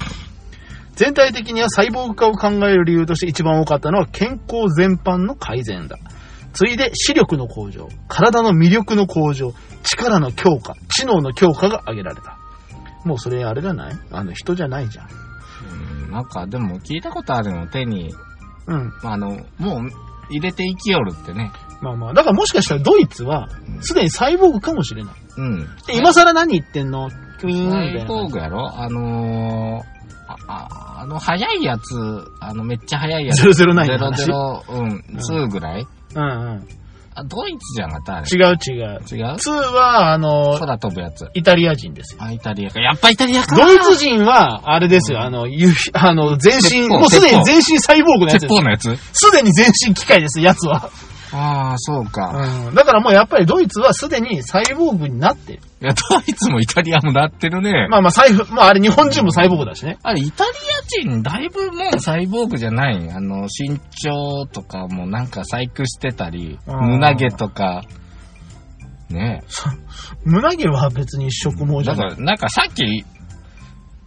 Speaker 2: 全体的には細胞化を考える理由として一番多かったのは健康全般の改善だ。次いで視力の向上、体の魅力の向上、力の強化、知能の強化が挙げられた。もうそれあれじゃないあの人じゃないじゃん。
Speaker 3: うんなんかでも聞いたことあるの手に、
Speaker 2: うん。
Speaker 3: まあ、あのもう入れていきよるってね
Speaker 2: まあまあ。だからもしかしたらドイツは、すでにサイボーグかもしれない。
Speaker 3: うん
Speaker 2: で今更何言ってんのクイーンみ
Speaker 3: サ
Speaker 2: たい
Speaker 3: イ
Speaker 2: な
Speaker 3: ボーグやろあのー、あああの速いやつあのめっちゃ速いやつ
Speaker 2: 009の話
Speaker 3: 009うん2ぐらい
Speaker 2: うんうん。
Speaker 3: あ、ドイツじゃなかったあれ。
Speaker 2: 違う違う。
Speaker 3: 違う
Speaker 2: 2は、あの、
Speaker 3: 空飛ぶやつ。
Speaker 2: イタリア人ですよ。
Speaker 3: あ、イタリアか。やっぱイタリアか。
Speaker 2: ドイツ人は、あれですよ、あの、ゆ あの、全身、
Speaker 3: 鉄砲
Speaker 2: もうすで
Speaker 3: 鉄
Speaker 2: に
Speaker 3: 砲
Speaker 2: 全身サイボーグのや
Speaker 3: 鉄
Speaker 2: つです
Speaker 3: 砲。のやつ
Speaker 2: すでに全身機械です、やつは。
Speaker 3: ああ、そうか。
Speaker 2: うん。だからもうやっぱりドイツはすでにサイボーグになってる。
Speaker 3: いや、ドイツもイタリアもなってるね。
Speaker 2: まあまあ、サイフ、まああれ日本人もサイボーグだしね。
Speaker 3: あれ、イタリア人、だいぶもうサイボーグじゃない。あの、身長とかもなんか細工してたり、
Speaker 2: あー
Speaker 3: 胸毛とか。ね
Speaker 2: 胸毛は別に植毛
Speaker 3: え。
Speaker 2: じゃ
Speaker 3: だか
Speaker 2: ない。
Speaker 3: ら、なんかさっき、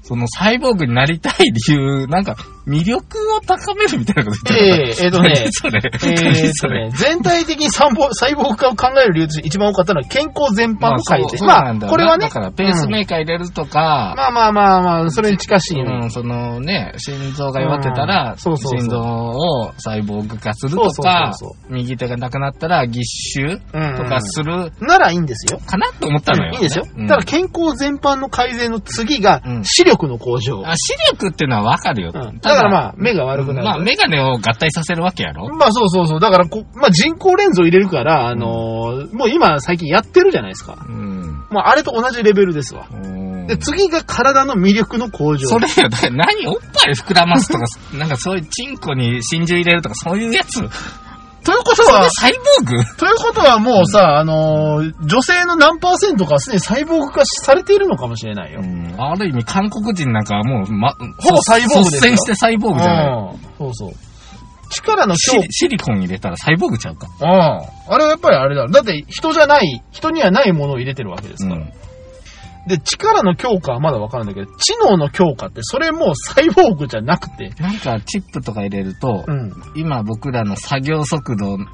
Speaker 3: そのサイボーグになりたい理由、なんか魅力を高めるみたいなこと言ってなかっ
Speaker 2: えええっ、
Speaker 3: た
Speaker 2: と ね
Speaker 3: 何、それ、
Speaker 2: えー
Speaker 3: 何
Speaker 2: っ
Speaker 3: そ
Speaker 2: と
Speaker 3: れ
Speaker 2: ね、全体的にサンボサイボーグ化を考える理由として一番多かったのは健康全般の改善。
Speaker 3: そう
Speaker 2: ま
Speaker 3: そうなんだ
Speaker 2: あ、
Speaker 3: よ
Speaker 2: これは
Speaker 3: な
Speaker 2: ね
Speaker 3: だ、から、ペースメーカー入れるとか、
Speaker 2: まあまあまあまあ、それに近しいね。
Speaker 3: うん、そのね、心臓が弱ってた
Speaker 2: う
Speaker 3: ら、
Speaker 2: んそうそうそう
Speaker 3: 心臓を細胞化するとか
Speaker 2: そうそうそ、
Speaker 3: 右手がなくなったら義手
Speaker 2: うん
Speaker 3: とかする
Speaker 2: ならいいんですよ。
Speaker 3: かなと思ったのよ。
Speaker 2: いいんですよ。
Speaker 3: うん
Speaker 2: ただ健康全般の改善の次が
Speaker 3: うん
Speaker 2: 視力の向上。
Speaker 3: あ視力っていうのはわかるよ。
Speaker 2: うんだからま
Speaker 3: あ、
Speaker 2: あ、目が悪くなる。
Speaker 3: まあ、メガネを合体させるわけやろ。
Speaker 2: まあそうそうそう。だからこ、まあ人工レンズを入れるから、あのーもう今最近やってるじゃないですか。
Speaker 3: うん。
Speaker 2: まああれと同じレベルですわ。
Speaker 3: うん
Speaker 2: で、次が体の魅力の向上。
Speaker 3: それよ、だから何、おっぱい膨らますとか、 なんかそういうチンコに真珠入れるとか、そういうやつ。それ
Speaker 2: ということは、
Speaker 3: サイボーグ
Speaker 2: ということはもうさ、あのー女性の何パーセントかはすでに細胞化されているのかもしれないよ。
Speaker 3: うん、ある意味、韓国人なんかはもう、ま、
Speaker 2: ほぼサイボーグですよ
Speaker 3: 率先してサイボーグじゃない。
Speaker 2: うんそうそう。力の
Speaker 3: シ
Speaker 2: 強
Speaker 3: リシリコン入れたらサイボーグちゃうか。
Speaker 2: うん。あれはやっぱりあれだ。だって人じゃない、人にはないものを入れてるわけですから。
Speaker 3: うん
Speaker 2: で、力の強化はまだわかるんだけど、知能の強化ってそれもうサイボーグじゃなくて。
Speaker 3: なんか、チップとか入れると、
Speaker 2: うん。
Speaker 3: 今僕らの作業速度が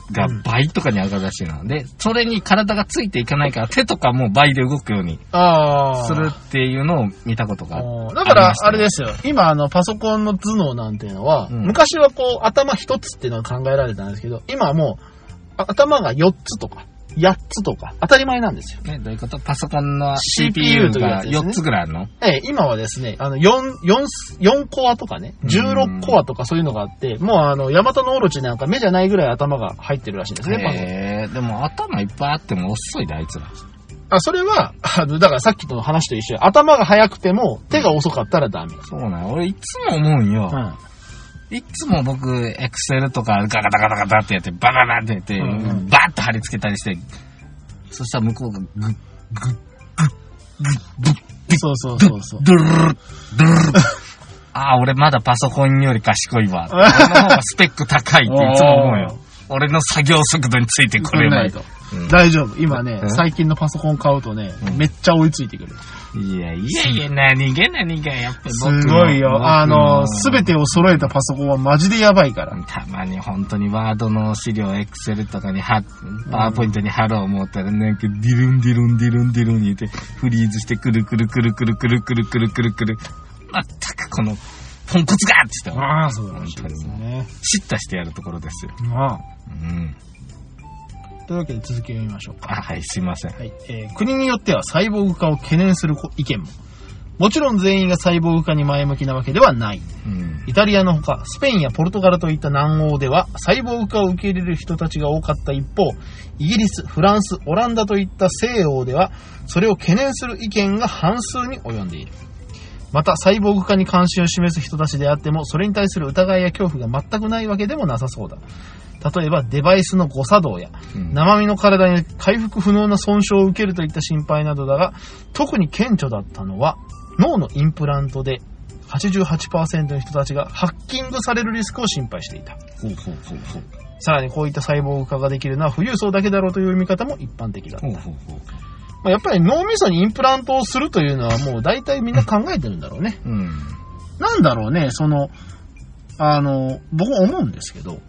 Speaker 3: 倍とかに上がるらしいの。で、それに体がついていかないから、手とかも倍で動くように
Speaker 2: ああ。
Speaker 3: するっていうのを見たことがある。
Speaker 2: あーだから、あ
Speaker 3: あり
Speaker 2: れで
Speaker 3: ます
Speaker 2: よ。今、あの、パソコンの頭脳なんていうのは、
Speaker 3: うん
Speaker 2: 昔はこう、頭一つっていうのが考えられたんですけど、今はもう、あ頭が4つとか、8つとか、当たり前なんですよ。
Speaker 3: ね、どういうことパソコンの
Speaker 2: CPU
Speaker 3: CPU
Speaker 2: というや
Speaker 3: が
Speaker 2: つですね
Speaker 3: 4つぐらいあるの
Speaker 2: ええ、今はですね、あの、4、4、4コアとかね、16コアとかそういうのがあって、もうあの、ヤマタノオロチなんか目じゃないぐらい頭が入ってるらしいんですね、パソコン
Speaker 3: へーでも頭いっぱいあっても遅いで、あいつら。
Speaker 2: あ、それは、あの、だからさっきとの話と一緒で頭が速くても、手が遅かったらダメ。
Speaker 3: そうなんよ俺いつも思うんよ。
Speaker 2: ん。
Speaker 3: いつも僕、エクセルとかガタガタガタガタってやって、バババってやって、
Speaker 2: うんうん
Speaker 3: バーッと貼り付けたりして、そしたら向こうがグッ、グッ、グッ、グッ、
Speaker 2: そうそうそうそう。
Speaker 3: ドゥルルルルドゥルルルルああ、俺まだパソコンより賢いわ。俺の方がスペック高 いっていつも思うよ。俺の作業速度についてこれないと。うん
Speaker 2: 大丈夫。今ね
Speaker 3: う、ん
Speaker 2: 最近のパソコン買うとね、
Speaker 3: うん
Speaker 2: めっちゃ追いついてくる。
Speaker 3: いやいやいや、何が何が、やっぱり
Speaker 2: す
Speaker 3: 僕も
Speaker 2: ごいよ。あの、す
Speaker 3: 僕も
Speaker 2: べてを揃えたパソコンはマジでやばいから。
Speaker 3: たまに本当にワードの資料、エクセルとかに貼っ、パワーポイントに貼ろう思ったら、なんかディルンディルンディルンディルン言って、フリーズしてくるくるくるくるくるくるくるくるくる。まったくこの、ポンコツがって言って、
Speaker 2: ああ、そう
Speaker 3: だ
Speaker 2: ね。
Speaker 3: 叱咤してやるところですよ。
Speaker 2: あ
Speaker 3: うん。
Speaker 2: あ。というわけで続きを見ましょうか。
Speaker 3: あ、はい、すいません。
Speaker 2: はい。えー国によってはサイボーグ化を懸念する意見も。もちろん全員がサイボーグ化に前向きなわけではない。
Speaker 3: うん。
Speaker 2: イタリアのほか、スペインやポルトガルといった南欧では、サイボーグ化を受け入れる人たちが多かった一方、イギリス、フランス、オランダといった西欧では、それを懸念する意見が半数に及んでいる。また、サイボーグ化に関心を示す人たちであっても、それに対する疑いや恐怖が全くないわけでもなさそうだ。例えば、デバイスの誤作動や、
Speaker 3: うん
Speaker 2: 生身の体に回復不能な損傷を受けるといった心配などだが、特に顕著だったのは、脳のインプラントで88%の人たちがハッキングされるリスクを心配していた。
Speaker 3: ほうほうほうほう。
Speaker 2: さらにこういった細胞化ができるのは富裕層だけだろうという見方も一般的だ。
Speaker 3: ほうほうほう。
Speaker 2: まあやっぱり脳みそにインプラントをするというのはもう大体みんな考えてるんだろうね。
Speaker 3: うん。
Speaker 2: なんだろうね、その、あの、僕思うんですけど、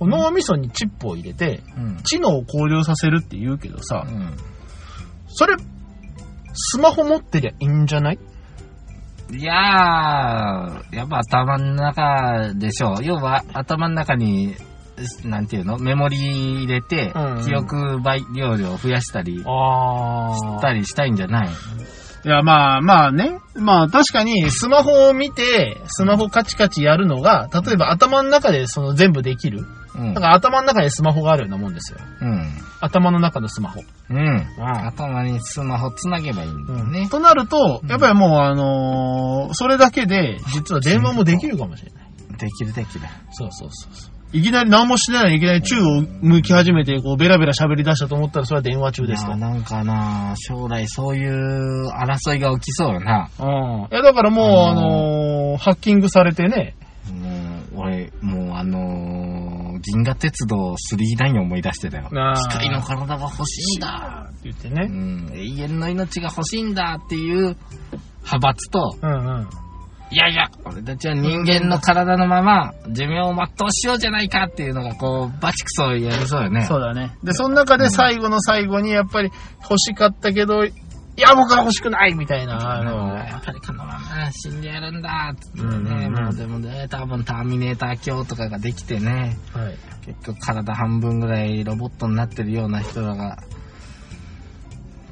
Speaker 2: 脳みそにチップを入れて、
Speaker 3: うん。
Speaker 2: 知能を向上させるって言うけどさ
Speaker 3: う、ん。
Speaker 2: それ、スマホ持ってりゃいいんじゃない
Speaker 3: いやー、やっぱ頭の中でしょう。要は頭の中に、なんていうのメモリー入れて
Speaker 2: うんうん、
Speaker 3: 記憶倍量量を増やしたり、し
Speaker 2: あ
Speaker 3: たりしたいんじゃない
Speaker 2: いや、まあまあね。まあ確かにスマホを見て、スマホカチカチやるのが、例えば頭の中でその全部できる。
Speaker 3: うん
Speaker 2: だから頭の中でスマホがあるようなもんですよ。
Speaker 3: うん。
Speaker 2: 頭の中のスマホ。
Speaker 3: うん。
Speaker 2: う
Speaker 3: 頭にスマホつなげばいいんだよ
Speaker 2: ん。
Speaker 3: ね。
Speaker 2: となると
Speaker 3: う、ん
Speaker 2: やっぱりもうあのーそれだけで、実は電話もできるかもしれない。
Speaker 3: できるできる。
Speaker 2: そうそうそうそう。いきなり何もしてないのにいきなり宙を向き始めて、こう、ベラベラ喋り出したと思ったら、それは電話中です
Speaker 3: い
Speaker 2: と
Speaker 3: や。なんかな、将来そういう争いが起きそうよな。
Speaker 2: うん。いや、だからもう、あ
Speaker 3: あ
Speaker 2: のーハッキングされてね。
Speaker 3: もう、俺、もうあのー銀河鉄道3-9思い出してたよ。
Speaker 2: あー
Speaker 3: 光の体が欲しいんだ。
Speaker 2: って言って
Speaker 3: う
Speaker 2: ね。
Speaker 3: ん、永遠の命が欲しいんだっていう派閥と、
Speaker 2: うんうん。
Speaker 3: いやいや、俺たちは人間の体のまま寿命を全うしようじゃないかっていうのがこう、バチクソやりそうよね。
Speaker 2: そうだね。で、その中で最後の最後に、やっぱり欲しかったけど、いや、僕は欲しくないみたいな、あの
Speaker 3: やっぱりこのまま死んでやるんだって言って
Speaker 2: うんうんう
Speaker 3: ね、
Speaker 2: ん
Speaker 3: もうでもね、多分ターミネーター卿とかができてね、
Speaker 2: はい。
Speaker 3: 結局体半分ぐらいロボットになってるような人らが、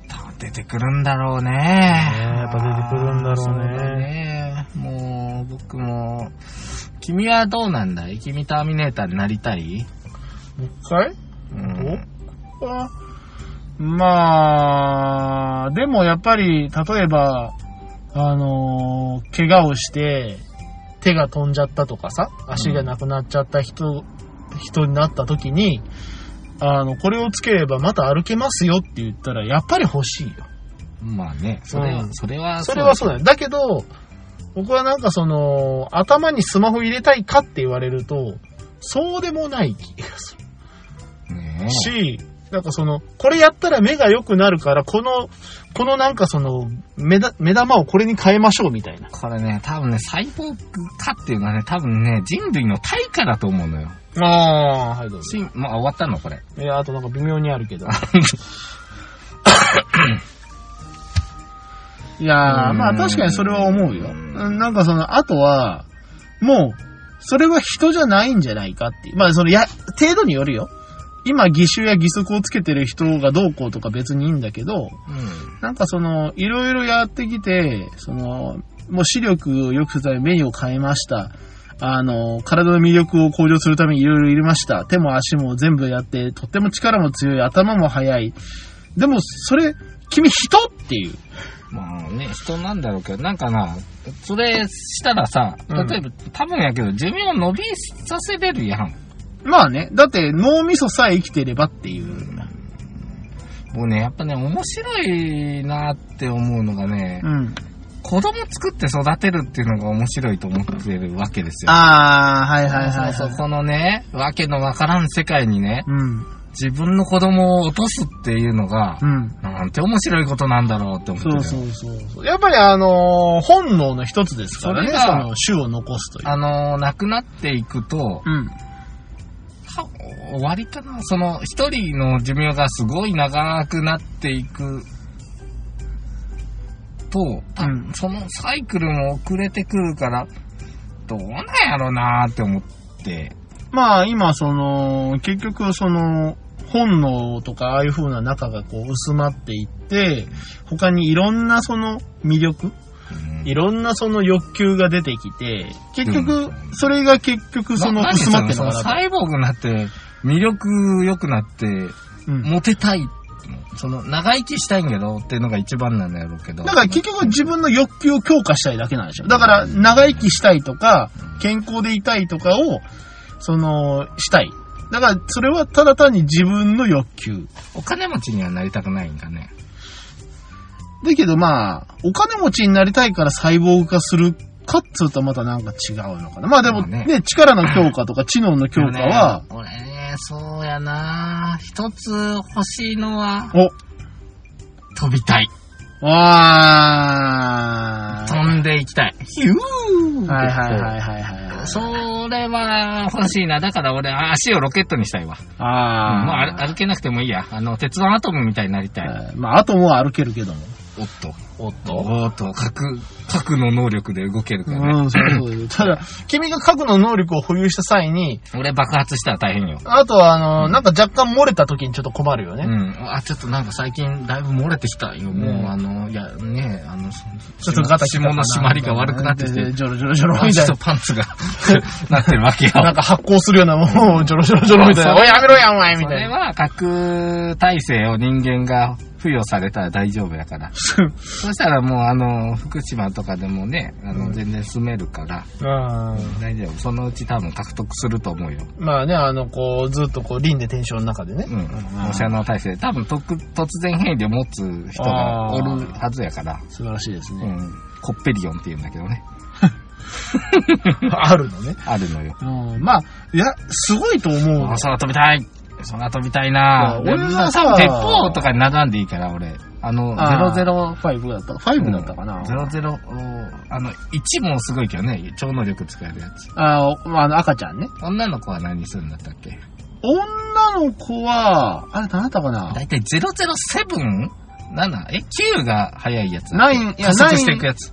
Speaker 3: 多分出てくるんだろうね。
Speaker 2: えやっぱ出てくるんだろ
Speaker 3: あ
Speaker 2: うね
Speaker 3: ーそうだねもう、僕も、君はどうなんだい君ターミネーターになりたい
Speaker 2: もう一回
Speaker 3: うん。
Speaker 2: 僕は、まあ、でもやっぱり、例えば、あのー怪我をして、手が飛んじゃったとかさ、足がなくなっちゃった人、人になった時に、あの、これをつければまた歩けますよって言ったら、やっぱり欲しいよ。
Speaker 3: まあね、それは、
Speaker 2: うん
Speaker 3: それは
Speaker 2: そうれはそうだよ。だけど、僕はなんかその、頭にスマホ入れたいかって言われると、そうでもない気がする
Speaker 3: ね
Speaker 2: し、なんかその、これやったら目が良くなるから、この、このなんかその、目だ目玉をこれに変えましょうみたいな。
Speaker 3: これね、多分ね、サイボーグ化っていうのはね、多分ね、人類の対価だと思うのよ。
Speaker 2: ああ、はい、どう
Speaker 3: し、まあ終わったのこれ。
Speaker 2: いや、あとなんか微妙にあるけど。 いやー、まあ確かにそれは思うよ。うんなんかその、あとは、もう、それは人じゃないんじゃないかっていう。まあその、や、程度によるよ。今、義手や義足をつけてる人がどうこうとか別にいいんだけ
Speaker 3: う
Speaker 2: ど、
Speaker 3: ん。
Speaker 2: なんかその、いろいろやってきて、その、もう視力を良くするためにメニューを変えました。あの、体の魅力を向上するためにいろいろ入れました。手も足も全部やって、とっても力も強い、頭も速い。でも、それ、君人っていう。
Speaker 3: まあね、人なんだろうけど、なんかな、それしたらさ、
Speaker 2: うん
Speaker 3: 例えば、多分やけど、寿命伸びさせれるやん。
Speaker 2: まあね、だって脳みそさえ生きてればっていう。
Speaker 3: もうね、やっぱね、面白いなって思うのがね、
Speaker 2: うん。
Speaker 3: 子供作って育てるっていうのが面白いと思ってるわけですよ。
Speaker 2: あー、はいはいはい、
Speaker 3: そう
Speaker 2: は
Speaker 3: そう
Speaker 2: い。
Speaker 3: このね、わけのわからん世界にね、
Speaker 2: うん、
Speaker 3: 自分の子供を落とすっていうのが、
Speaker 2: うん。
Speaker 3: なんて面白いことなんだろうって思って
Speaker 2: そ
Speaker 3: るよ
Speaker 2: うそうそうそう。やっぱりあのー本能の一つですからね、
Speaker 3: そ
Speaker 2: そ
Speaker 3: れが
Speaker 2: の、種を残すという。
Speaker 3: あの、亡くなっていくと、
Speaker 2: うん。
Speaker 3: か終わりかなその、一人の寿命がすごい長くなっていくと、た
Speaker 2: うん
Speaker 3: そのサイクルも遅れてくるから、どうなんやろうなって思って、
Speaker 2: まあ今その結局その本能とかああいう風な中がこう薄まっていって他にいろんなその魅力
Speaker 3: うん
Speaker 2: いろんなその欲求が出てきて結
Speaker 3: う
Speaker 2: 局
Speaker 3: ん
Speaker 2: それが結局その
Speaker 3: な
Speaker 2: 薄まってる
Speaker 3: そ
Speaker 2: の
Speaker 3: の
Speaker 2: かな
Speaker 3: サイボーグになって、魅力良くなって、
Speaker 2: と。うん
Speaker 3: モテたい。その、長生きしたいんやろっていうのが一番なんだろうけど。
Speaker 2: だから結局自分の欲求を強化したいだけなんでしょ。だから長生きしたいとか、健康でいたいとかを、その、したい。だからそれはただ単に自分の欲求。
Speaker 3: お金持ちにはなりたくないんかね。
Speaker 2: だけどまあ、お金持ちになりたいから細胞化するかっつうとまたなんか違うのかな。まあでも
Speaker 3: まあ
Speaker 2: ね、
Speaker 3: ね
Speaker 2: 力の強化と か知能の強化は、
Speaker 3: でもね、俺ね、そうやな一つ欲しいのは、
Speaker 2: お、
Speaker 3: 飛びたい。
Speaker 2: わー。
Speaker 3: 飛んでいきたい。ヒュー
Speaker 2: はいはいはいはいはい。
Speaker 3: それは欲しいな。だから俺、足をロケットにしたいわ。
Speaker 2: あー。
Speaker 3: もう歩歩けなくてもいいや。あの、鉄腕アトムみたいになりたい。
Speaker 2: はいまあ、あともう歩けるけども。
Speaker 3: おっと。
Speaker 2: おっと。
Speaker 3: おーっと、核、核の能力で動ける
Speaker 2: う
Speaker 3: からね。
Speaker 2: ん、そうそうよ。ただ、君が核の能力を保有した際に、
Speaker 3: 俺爆発したら大変よ。
Speaker 2: あとは、あの、なんか若干漏れた時にちょっと困るよ
Speaker 3: う
Speaker 2: ね。
Speaker 3: ん。あ、ちょっとなんか最近だいぶ漏れてきたよ。もう、
Speaker 2: うん
Speaker 3: あの、いや、ねあの、
Speaker 2: ちょっとガタ
Speaker 3: 下の締まりが悪くなってきて、
Speaker 2: ジョロジョロジョロ
Speaker 3: あ
Speaker 2: み
Speaker 3: ちょ
Speaker 2: たい
Speaker 3: っとパンツがなってるわけよ。
Speaker 2: な。なんか発光するようなもんをジョロジョロジョロみたいな。
Speaker 3: そう
Speaker 2: おい、やめろや、お前み
Speaker 3: そ
Speaker 2: た
Speaker 3: れ
Speaker 2: いな。
Speaker 3: は核体制を人間が付与されたら大丈夫やから。そしたらもうあの、福島とかでもね、あの、全然住めるから、
Speaker 2: うん
Speaker 3: 大丈夫。そのうち多分獲得すると思うよ。
Speaker 2: まあね、あの、こう、ずっとこう、輪廻転生の中でね
Speaker 3: う。ん。放射能体制。多分とく突然変異を持つ人がおるはずやから。
Speaker 2: 素晴らしいです
Speaker 3: う
Speaker 2: ね。
Speaker 3: ん。コッペリオンって言うんだけどね。
Speaker 2: あるのね。
Speaker 3: あるのよ。
Speaker 2: うん、まあ、いや、すごいと思う。
Speaker 3: あ空飛びたい空飛びたいない
Speaker 2: や俺はさ
Speaker 3: 多分鉄砲とかにならんでいいから、俺。あの、
Speaker 2: あー
Speaker 3: 00
Speaker 2: 5だったか ?5 だったかな、
Speaker 3: 00をあの1もすごいけどね超能力使えるやつ
Speaker 2: あーまああの、赤ちゃんね。
Speaker 3: 女の子は何するんだったっけ
Speaker 2: 女の子は、あれ何だったかな
Speaker 3: 大体 007? 7? え ?9 が早いやつ
Speaker 2: ナインいや
Speaker 3: 加速していくやつ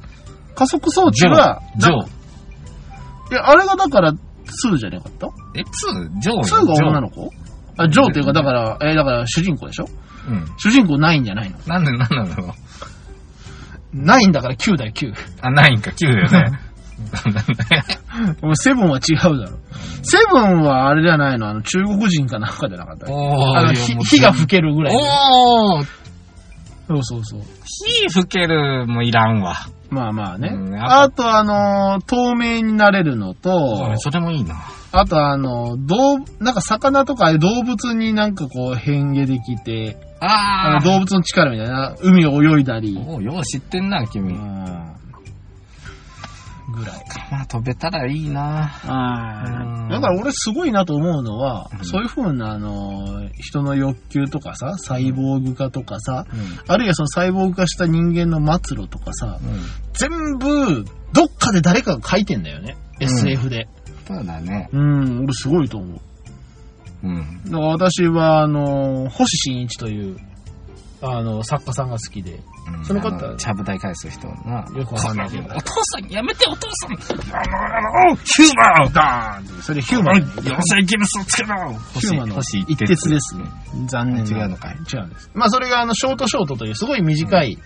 Speaker 2: 加速装置は、
Speaker 3: ジョ
Speaker 2: だ
Speaker 3: ー
Speaker 2: いやあれがだから、2じゃねえかった
Speaker 3: え 2? ジョーよ
Speaker 2: ?2 が女
Speaker 3: ジ
Speaker 2: の子あ、ジョーっていうか、だから、えーだから主人公でしょ
Speaker 3: ョーうん
Speaker 2: 主人公ないんじゃないの
Speaker 3: なんでなんなんだろう
Speaker 2: ないんだから9だよ、9。
Speaker 3: あ9か9だよ ね
Speaker 2: お前、セブンは違うだろ。セブンはあれじゃないのあの、中国人かなんかじゃなかった
Speaker 3: おー
Speaker 2: あの、
Speaker 3: いや
Speaker 2: 火
Speaker 3: もう
Speaker 2: 火が吹けるぐらいの。
Speaker 3: おー
Speaker 2: そうそうそう。
Speaker 3: 火吹けるもいらんわ
Speaker 2: まあまあね。
Speaker 3: うん
Speaker 2: あと、あのー透明になれるのと、
Speaker 3: それもいいな
Speaker 2: あと、あのー動物、なんか魚とかああいう動物になんかこう変化できて、あ
Speaker 3: あ
Speaker 2: の動物の力みたいな、海を泳いだり、
Speaker 3: おーよう知ってんな
Speaker 2: う
Speaker 3: 君
Speaker 2: んぐらい。
Speaker 3: まあ飛べたらいいなうん
Speaker 2: だから俺すごいなと思うのは、
Speaker 3: うん
Speaker 2: そういうふうな、あのー人の欲求とかさ、サイボーグ化とかさ、
Speaker 3: う
Speaker 2: あるいはそのサイボーグ化した人間の末路とかさ、
Speaker 3: ん。
Speaker 2: 全部、どっかで誰かが書いてんだよね。
Speaker 3: ん
Speaker 2: SF で。
Speaker 3: そうだね。
Speaker 2: うん、俺すごいと思う。
Speaker 3: うん。
Speaker 2: だから私は、あの、星新一という、あの、作家さんが好きで、その方
Speaker 3: あちゃぶ台返す人な。
Speaker 2: よくわかんないけど
Speaker 3: このお父さんやめて、お父さんあの、あの、ヒューマンをダーン
Speaker 2: それヒューマン。
Speaker 3: 妖精ギブスをつけろ
Speaker 2: ヒューマンの
Speaker 3: 星
Speaker 2: 一徹ですね。。残念な
Speaker 3: 違うのかい
Speaker 2: 違うんです。まあそれが、あの、ショートショートという、すごい短い、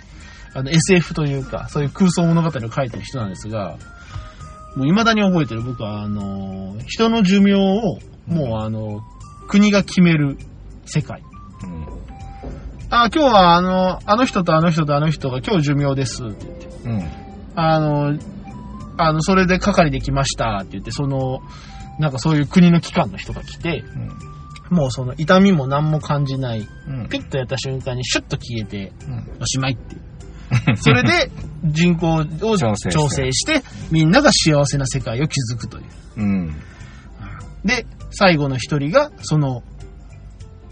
Speaker 2: あの、SF というか、そういう空想物語を書いてる人なんですが、もう未だに覚えてる僕は、あの、人の寿命を、もうあの、国が決める世界。
Speaker 3: うん。
Speaker 2: あ、今日はあの、あの人とあの人とあの人が今日寿命ですって言って。
Speaker 3: うん。
Speaker 2: あの、あの、それで係できましたって言って、その、なんかそういう国の機関の人が来て、もうその痛みも何も感じない、
Speaker 3: うん。
Speaker 2: ピッとやった瞬間にシュッと消えて、
Speaker 3: うん
Speaker 2: おしまいっていう。それ、で人口を
Speaker 3: 調
Speaker 2: 調整
Speaker 3: 整して
Speaker 2: して、みんなが幸せな世界を築くという。
Speaker 3: うん。
Speaker 2: で、最後の一人が、その、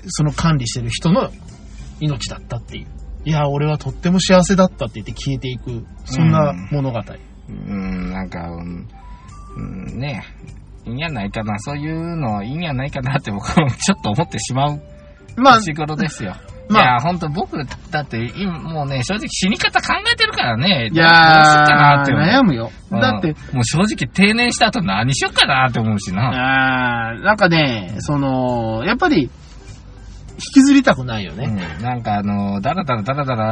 Speaker 2: その管理してる人の命だったっていう。いや、俺はとっても幸せだったって言って消えていく、そんな物語。
Speaker 3: うん、なんか、うん、うんねいいんやないかな。そういうのいいんやないかなって僕もちょっと思ってしまう
Speaker 2: まあ、
Speaker 3: 年頃ですよ。
Speaker 2: まあ
Speaker 3: いや、本当僕、だって、今もうね、正直死に方考えてるからね。
Speaker 2: い
Speaker 3: どうしようかな
Speaker 2: や
Speaker 3: って
Speaker 2: ー、
Speaker 3: 思
Speaker 2: 悩むよ。
Speaker 3: う。
Speaker 2: だって、
Speaker 3: うん、もう正直定年した後何しようかなって思うしな。
Speaker 2: あーなんかね、その、やっぱり、引きずりたくないよ
Speaker 3: うん、
Speaker 2: ね。
Speaker 3: なんかあの、だらだらだらだら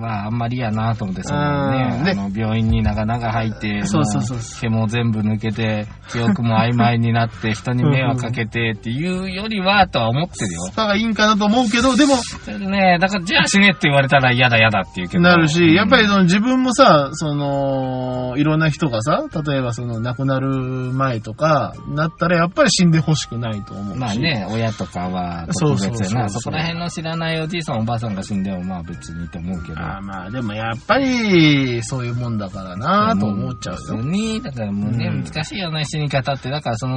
Speaker 3: はあんまりやなと思って、その
Speaker 2: うんで
Speaker 3: ね、あの病院に長々入って、
Speaker 2: そうそうそう
Speaker 3: も毛も全部抜けて、記憶も曖昧になって、人に迷惑かけてっていうよりは、とは思ってるよ。
Speaker 2: だからいいんかなと思うけど、でも、
Speaker 3: それでね、だからじゃあ死ねって言われたら嫌だ嫌だって言うけど。
Speaker 2: なる
Speaker 3: う
Speaker 2: し、
Speaker 3: ん
Speaker 2: やっぱりその自分もさ、その、いろんな人がさ、例えばその亡くなる前とか、なったらやっぱり死んでほしくないと思うし。
Speaker 3: まあね、親とかは
Speaker 2: そう
Speaker 3: 特
Speaker 2: そうそ
Speaker 3: 別
Speaker 2: うそう
Speaker 3: やな。そこら辺の知らないおじいさんおばあさんが死んでもまあ別にと思うけど。
Speaker 2: あーまあ、でもやっぱり、そういうもんだからなと思っちゃう
Speaker 3: 普
Speaker 2: よ。
Speaker 3: 通に、だからもうね、
Speaker 2: うん
Speaker 3: 難しいよね、死に方って。だからその、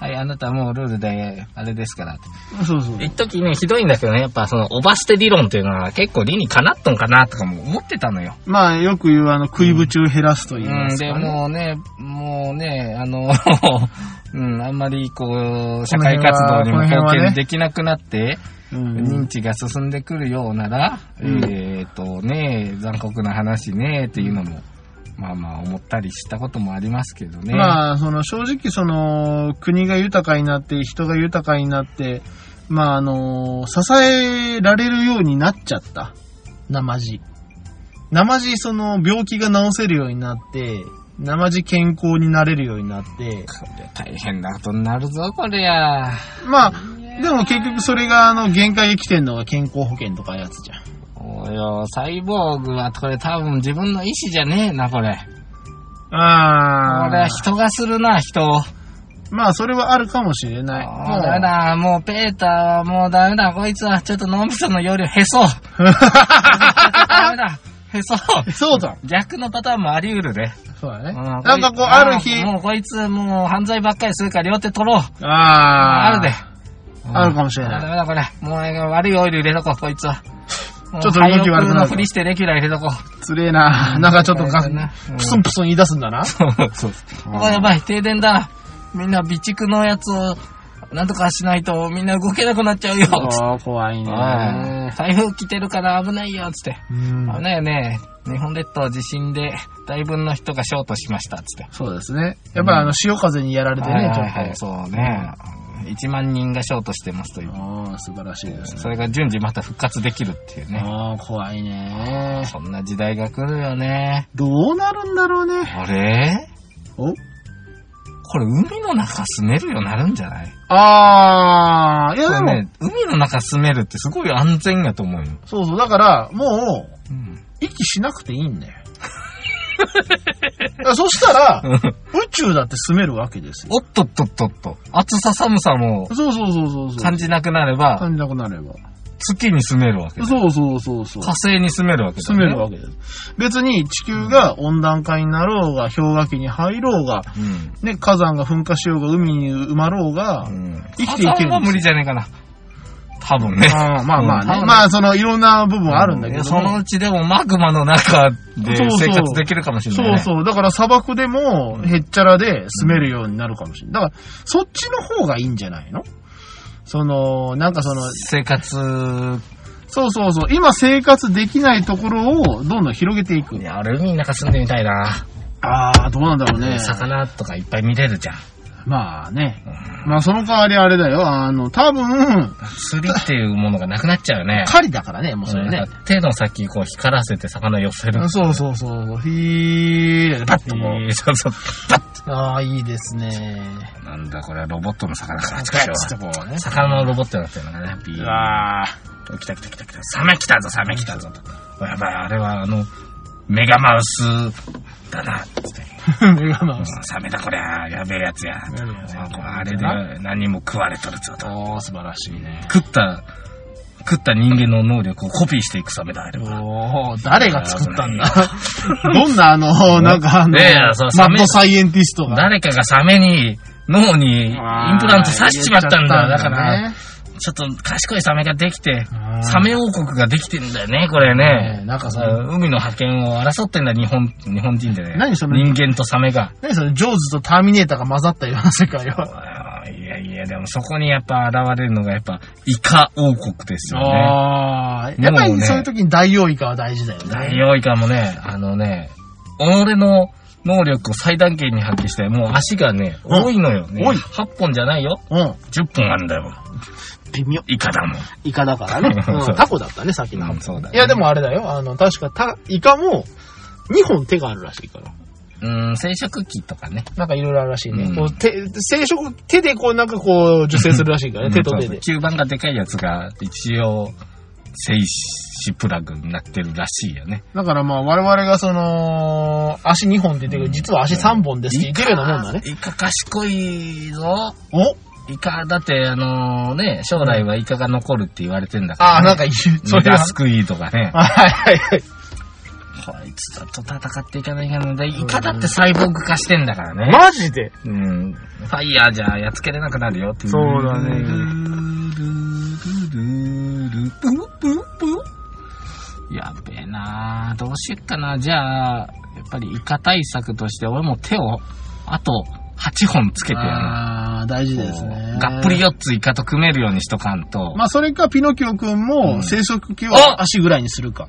Speaker 3: はい、あなたもうルールで、あれですからって。
Speaker 2: そうそう。
Speaker 3: 一時ね、ひどいんだけどね、やっぱその、おば捨て理論っていうのは結構理にかなっとんかなとかも思ってたのよ。
Speaker 2: まあ、よく言う、あの、食いぶちを減らすと言いうま
Speaker 3: ん、
Speaker 2: す
Speaker 3: で、
Speaker 2: か、ね
Speaker 3: もうね、もうね、あの、 うん、あんまりこう、社会活動にも
Speaker 2: この辺はこの辺は
Speaker 3: 貢
Speaker 2: ね
Speaker 3: 献できなくなって、
Speaker 2: うん。
Speaker 3: 認知が進んでくるようなら、
Speaker 2: うん
Speaker 3: ええっ、とね、残酷な話ね、っていうのも、まあまあ思ったりしたこともありますけどね。
Speaker 2: まあ、その正直その国が豊かになって、人が豊かになって、まああの、支えられるようになっちゃった。なまじ。なまじその病気が治せるようになって、なまじ健康になれるようになって、
Speaker 3: こりゃ大変なことになるぞ、こりゃ。
Speaker 2: まあ、でも結局それがあの限界に来てんのが健康保険とかやつじゃん。
Speaker 3: おいよ、サイボーグはこれ多分自分の意思じゃねえな、これ。
Speaker 2: あ
Speaker 3: これは人がするな、人を。
Speaker 2: まあそれはあるかもしれない。
Speaker 3: もうダメだ、もうペーターはもうダメだ、こいつはちょっと脳みその容量へ そ。ダメだ、へそ。
Speaker 2: もうそうだ。
Speaker 3: 逆のパターンもあり得るね。
Speaker 2: そうだ
Speaker 3: う
Speaker 2: ね。
Speaker 3: ん
Speaker 2: なんかこうある日、
Speaker 3: もうこいつもう犯罪ばっかりするから両手取ろう。
Speaker 2: あ
Speaker 3: あ
Speaker 2: ー
Speaker 3: るで。
Speaker 2: あるかもしれない
Speaker 3: あダメだこれ。もう悪いオイル入れとこう、こいつは。
Speaker 2: ちょっと動き悪くなる
Speaker 3: もう
Speaker 2: ぞ
Speaker 3: 廃屋のふりしてレギュラー入れとこう。
Speaker 2: つれえな。なんかちょっとが
Speaker 3: うん
Speaker 2: プソンプソン言い出すんだな。
Speaker 3: そうあ、やばい、停電だ。みんな備蓄のやつを、なんとかしないと、みんな動けなくなっちゃうよ。つって
Speaker 2: あー怖い
Speaker 3: うん
Speaker 2: ね。
Speaker 3: 台風来てるから危ないよ、つって。
Speaker 2: うん
Speaker 3: 危ないよね。日本列島地震で、大分の人がショートしました、つって。
Speaker 2: そうですね。やっぱりあの、潮風にやられて
Speaker 3: はい
Speaker 2: ね、
Speaker 3: はい
Speaker 2: ち
Speaker 3: は
Speaker 2: ょ
Speaker 3: い
Speaker 2: っと。
Speaker 3: そうね。1万人がショートしてますという。
Speaker 2: ああ、素晴らしいですね。
Speaker 3: それが順次また復活できるっていうね。
Speaker 2: ああ、怖いね。
Speaker 3: そんな時代が来るよね。
Speaker 2: どうなるんだろうね。
Speaker 3: あれ
Speaker 2: お
Speaker 3: これ海の中住めるようになるんじゃない
Speaker 2: ああ、いや
Speaker 3: これ
Speaker 2: でも、
Speaker 3: ね、海の中住めるってすごい安全やと思うよ。
Speaker 2: そうそう、だから、もう、
Speaker 3: うん。
Speaker 2: 息しなくていい んだよ。だからそしたら、宇宙だって住めるわけですよ。
Speaker 3: おっとっとっとっと。暑さ寒さも
Speaker 2: そうそうそうそうそう。
Speaker 3: 感じなくなれば、
Speaker 2: 感じなくなれば。
Speaker 3: 月に住めるわけだ。
Speaker 2: そうそうそうそう
Speaker 3: 火。星に住めるわけだ、
Speaker 2: 住
Speaker 3: ね。
Speaker 2: めるわけです。別に地球が温暖化になろうが、氷河期に入ろうが、
Speaker 3: うん。
Speaker 2: ね、火山が噴火しようが、海に埋まろうが、
Speaker 3: うん。
Speaker 2: 生きていけるんですよ
Speaker 3: 火山は無理じゃねえかな。多分ね。
Speaker 2: ああまあま
Speaker 3: う
Speaker 2: あ
Speaker 3: ん多
Speaker 2: ね。
Speaker 3: 分
Speaker 2: まあ、その、いろんな部分はあるんだけど
Speaker 3: いや
Speaker 2: も、
Speaker 3: そのうちでもマグマの中で
Speaker 2: そうそう
Speaker 3: 生活できるかもしれない、
Speaker 2: そ
Speaker 3: ね。
Speaker 2: うそう。だから砂漠でも、へっちゃらで住めるようになるかもしれない。だから、そっちの方がいいんじゃないのその、なんかその、
Speaker 3: 生活、
Speaker 2: そうそうそう、今生活できないところをどんどん広げていく
Speaker 3: い。や、あれ海の中住んでみたいな。
Speaker 2: ああ、どうなんだろうね。
Speaker 3: 魚とかいっぱい見れるじゃん。
Speaker 2: まあね。まあ、その代わりあれだよ。あの、多分、
Speaker 3: 釣りっていうものがなくなっちゃうよね。
Speaker 2: 狩りだ からね、もうそれ
Speaker 3: な
Speaker 2: ね
Speaker 3: ん。か手の先こう光らせて魚寄せる。
Speaker 2: そうそうそう。ひー、パッとこ
Speaker 3: えー そうそう。パッ
Speaker 2: う。ああ、いいですね。
Speaker 3: となんだこれはロボットの魚か。
Speaker 2: パッとこうね。
Speaker 3: 魚のロボットになってるのかね。ビ
Speaker 2: う
Speaker 3: ー
Speaker 2: わあ。
Speaker 3: ッ来た来た来た来た。サメ来たぞ、サメ来たぞと。やばい、あれはあの、メガマウスだな、つって。
Speaker 2: メガマウス。
Speaker 3: サメだこりゃ、やべえやつや。
Speaker 2: べえやつや
Speaker 3: あれで何も食われとるぞと。
Speaker 2: おー、素晴らしいね。
Speaker 3: 食った、食った人間の能力をコピーしていくサメだ、あれは。
Speaker 2: おー、誰が作ったんだ
Speaker 3: いや
Speaker 2: ど んなあの、なんかあの、
Speaker 3: いやいやそう
Speaker 2: マ
Speaker 3: サメ
Speaker 2: ッドサイエンティストが。
Speaker 3: 誰かがサメに、脳にインプラント刺しちまったんだ。だから、
Speaker 2: ね、
Speaker 3: ちょっと賢いサメができて、
Speaker 2: うん
Speaker 3: サメ王国ができてんだよね、これ
Speaker 2: ねえ
Speaker 3: ね。
Speaker 2: なんかさ
Speaker 3: 海の覇権を争ってんだ、日本、日本人でね。
Speaker 2: 何その
Speaker 3: 人間とサメが。
Speaker 2: 何それ、ジョーズとターミネーターが混ざったような世界は。
Speaker 3: あーいやいや、でもそこにやっぱ現れるのがやっぱ、イカ王国ですよね。
Speaker 2: あー、やっぱりそういう時に大王イカは大事だよね。
Speaker 3: ダイオウイカもね、あのね、己の能力を最大限に発揮して、もう足がね、
Speaker 2: うん
Speaker 3: 多いのよ、ね。
Speaker 2: 多い
Speaker 3: 8本じゃないよ。
Speaker 2: うん。
Speaker 3: 10本あるんだよ。
Speaker 2: 微妙。
Speaker 3: イカだもん。
Speaker 2: イカだか らね。
Speaker 3: そう
Speaker 2: うんタコだったね、さっきの。
Speaker 3: うんそうだね
Speaker 2: いや、でもあれだよ。あの、確かた、イカも、2本手があるらしいから。
Speaker 3: うん、生殖器とかね。
Speaker 2: なんかいろいろあるらしいね。
Speaker 3: うん
Speaker 2: こう手、生殖、手でこうなんかこう、受精するらしいからね。手と手で。
Speaker 3: 吸盤がでかいやつが、一応、精子プラグになってるらしいよね。
Speaker 2: だからまあ我々がその、足2本って言ってるけど、実は足3本ですって言ってるようなもんだね。
Speaker 3: イカ賢いぞ。
Speaker 2: お
Speaker 3: イカ、だって、あのね、将来はイカが残るって言われてんだから、ね。
Speaker 2: ああ、なんか言う。そ
Speaker 3: メ
Speaker 2: れは
Speaker 3: ガ。スクイーとかね。
Speaker 2: はいはいはい。
Speaker 3: こいつだと戦っていかないからね。イカだってサイボーグ化してんだからね。
Speaker 2: マジで
Speaker 3: うん。ファイヤーじゃやっつけれなくなるよってい
Speaker 2: そうだね
Speaker 3: ルルルルルプププやべえなどうしよっかな。じゃあ、やっぱりイカ対策として俺も手を、あと8本つけてやな。
Speaker 2: ああ、大事ですね。
Speaker 3: がっぷり。4つイカと組めるようにしとかんと。
Speaker 2: まあそれかピノキオくん
Speaker 3: う
Speaker 2: も
Speaker 3: ん
Speaker 2: 生息器を
Speaker 3: あ
Speaker 2: 足ぐらいにするか。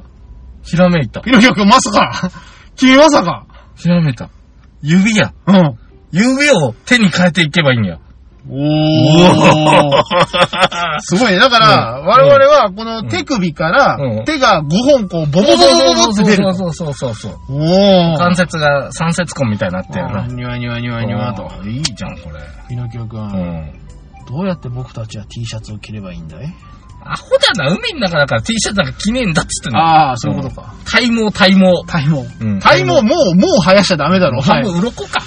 Speaker 3: ひらめいた。
Speaker 2: ひろきょうくんまさか君まさか
Speaker 3: ひらめいた。指や。
Speaker 2: うん。
Speaker 3: 指を手に変えていけばいいんや。
Speaker 2: おー。すごいね。だから、
Speaker 3: うん
Speaker 2: 我々はこの手首から、
Speaker 3: うん
Speaker 2: 手が5本こう、ボボボボボボって出る。
Speaker 3: そうそうそうそうそう。
Speaker 2: おー。
Speaker 3: 関節が三節痕みたいになってるな。
Speaker 2: ニワニワニワニワと。
Speaker 3: うん。いいじゃん、これ。
Speaker 2: ピノキオく、
Speaker 3: うんん。
Speaker 2: どうやって僕たちは T シャツを着ればいいんだい
Speaker 3: アホだな、海の中だから T シャツなんか着ねえんだっつってんの。
Speaker 2: ああ、そういうことか。
Speaker 3: 体毛、体毛。
Speaker 2: 体毛。
Speaker 3: うん
Speaker 2: 体毛、もう、もう生やしちゃダメだろ。は
Speaker 3: 半
Speaker 2: い。
Speaker 3: 分鱗か。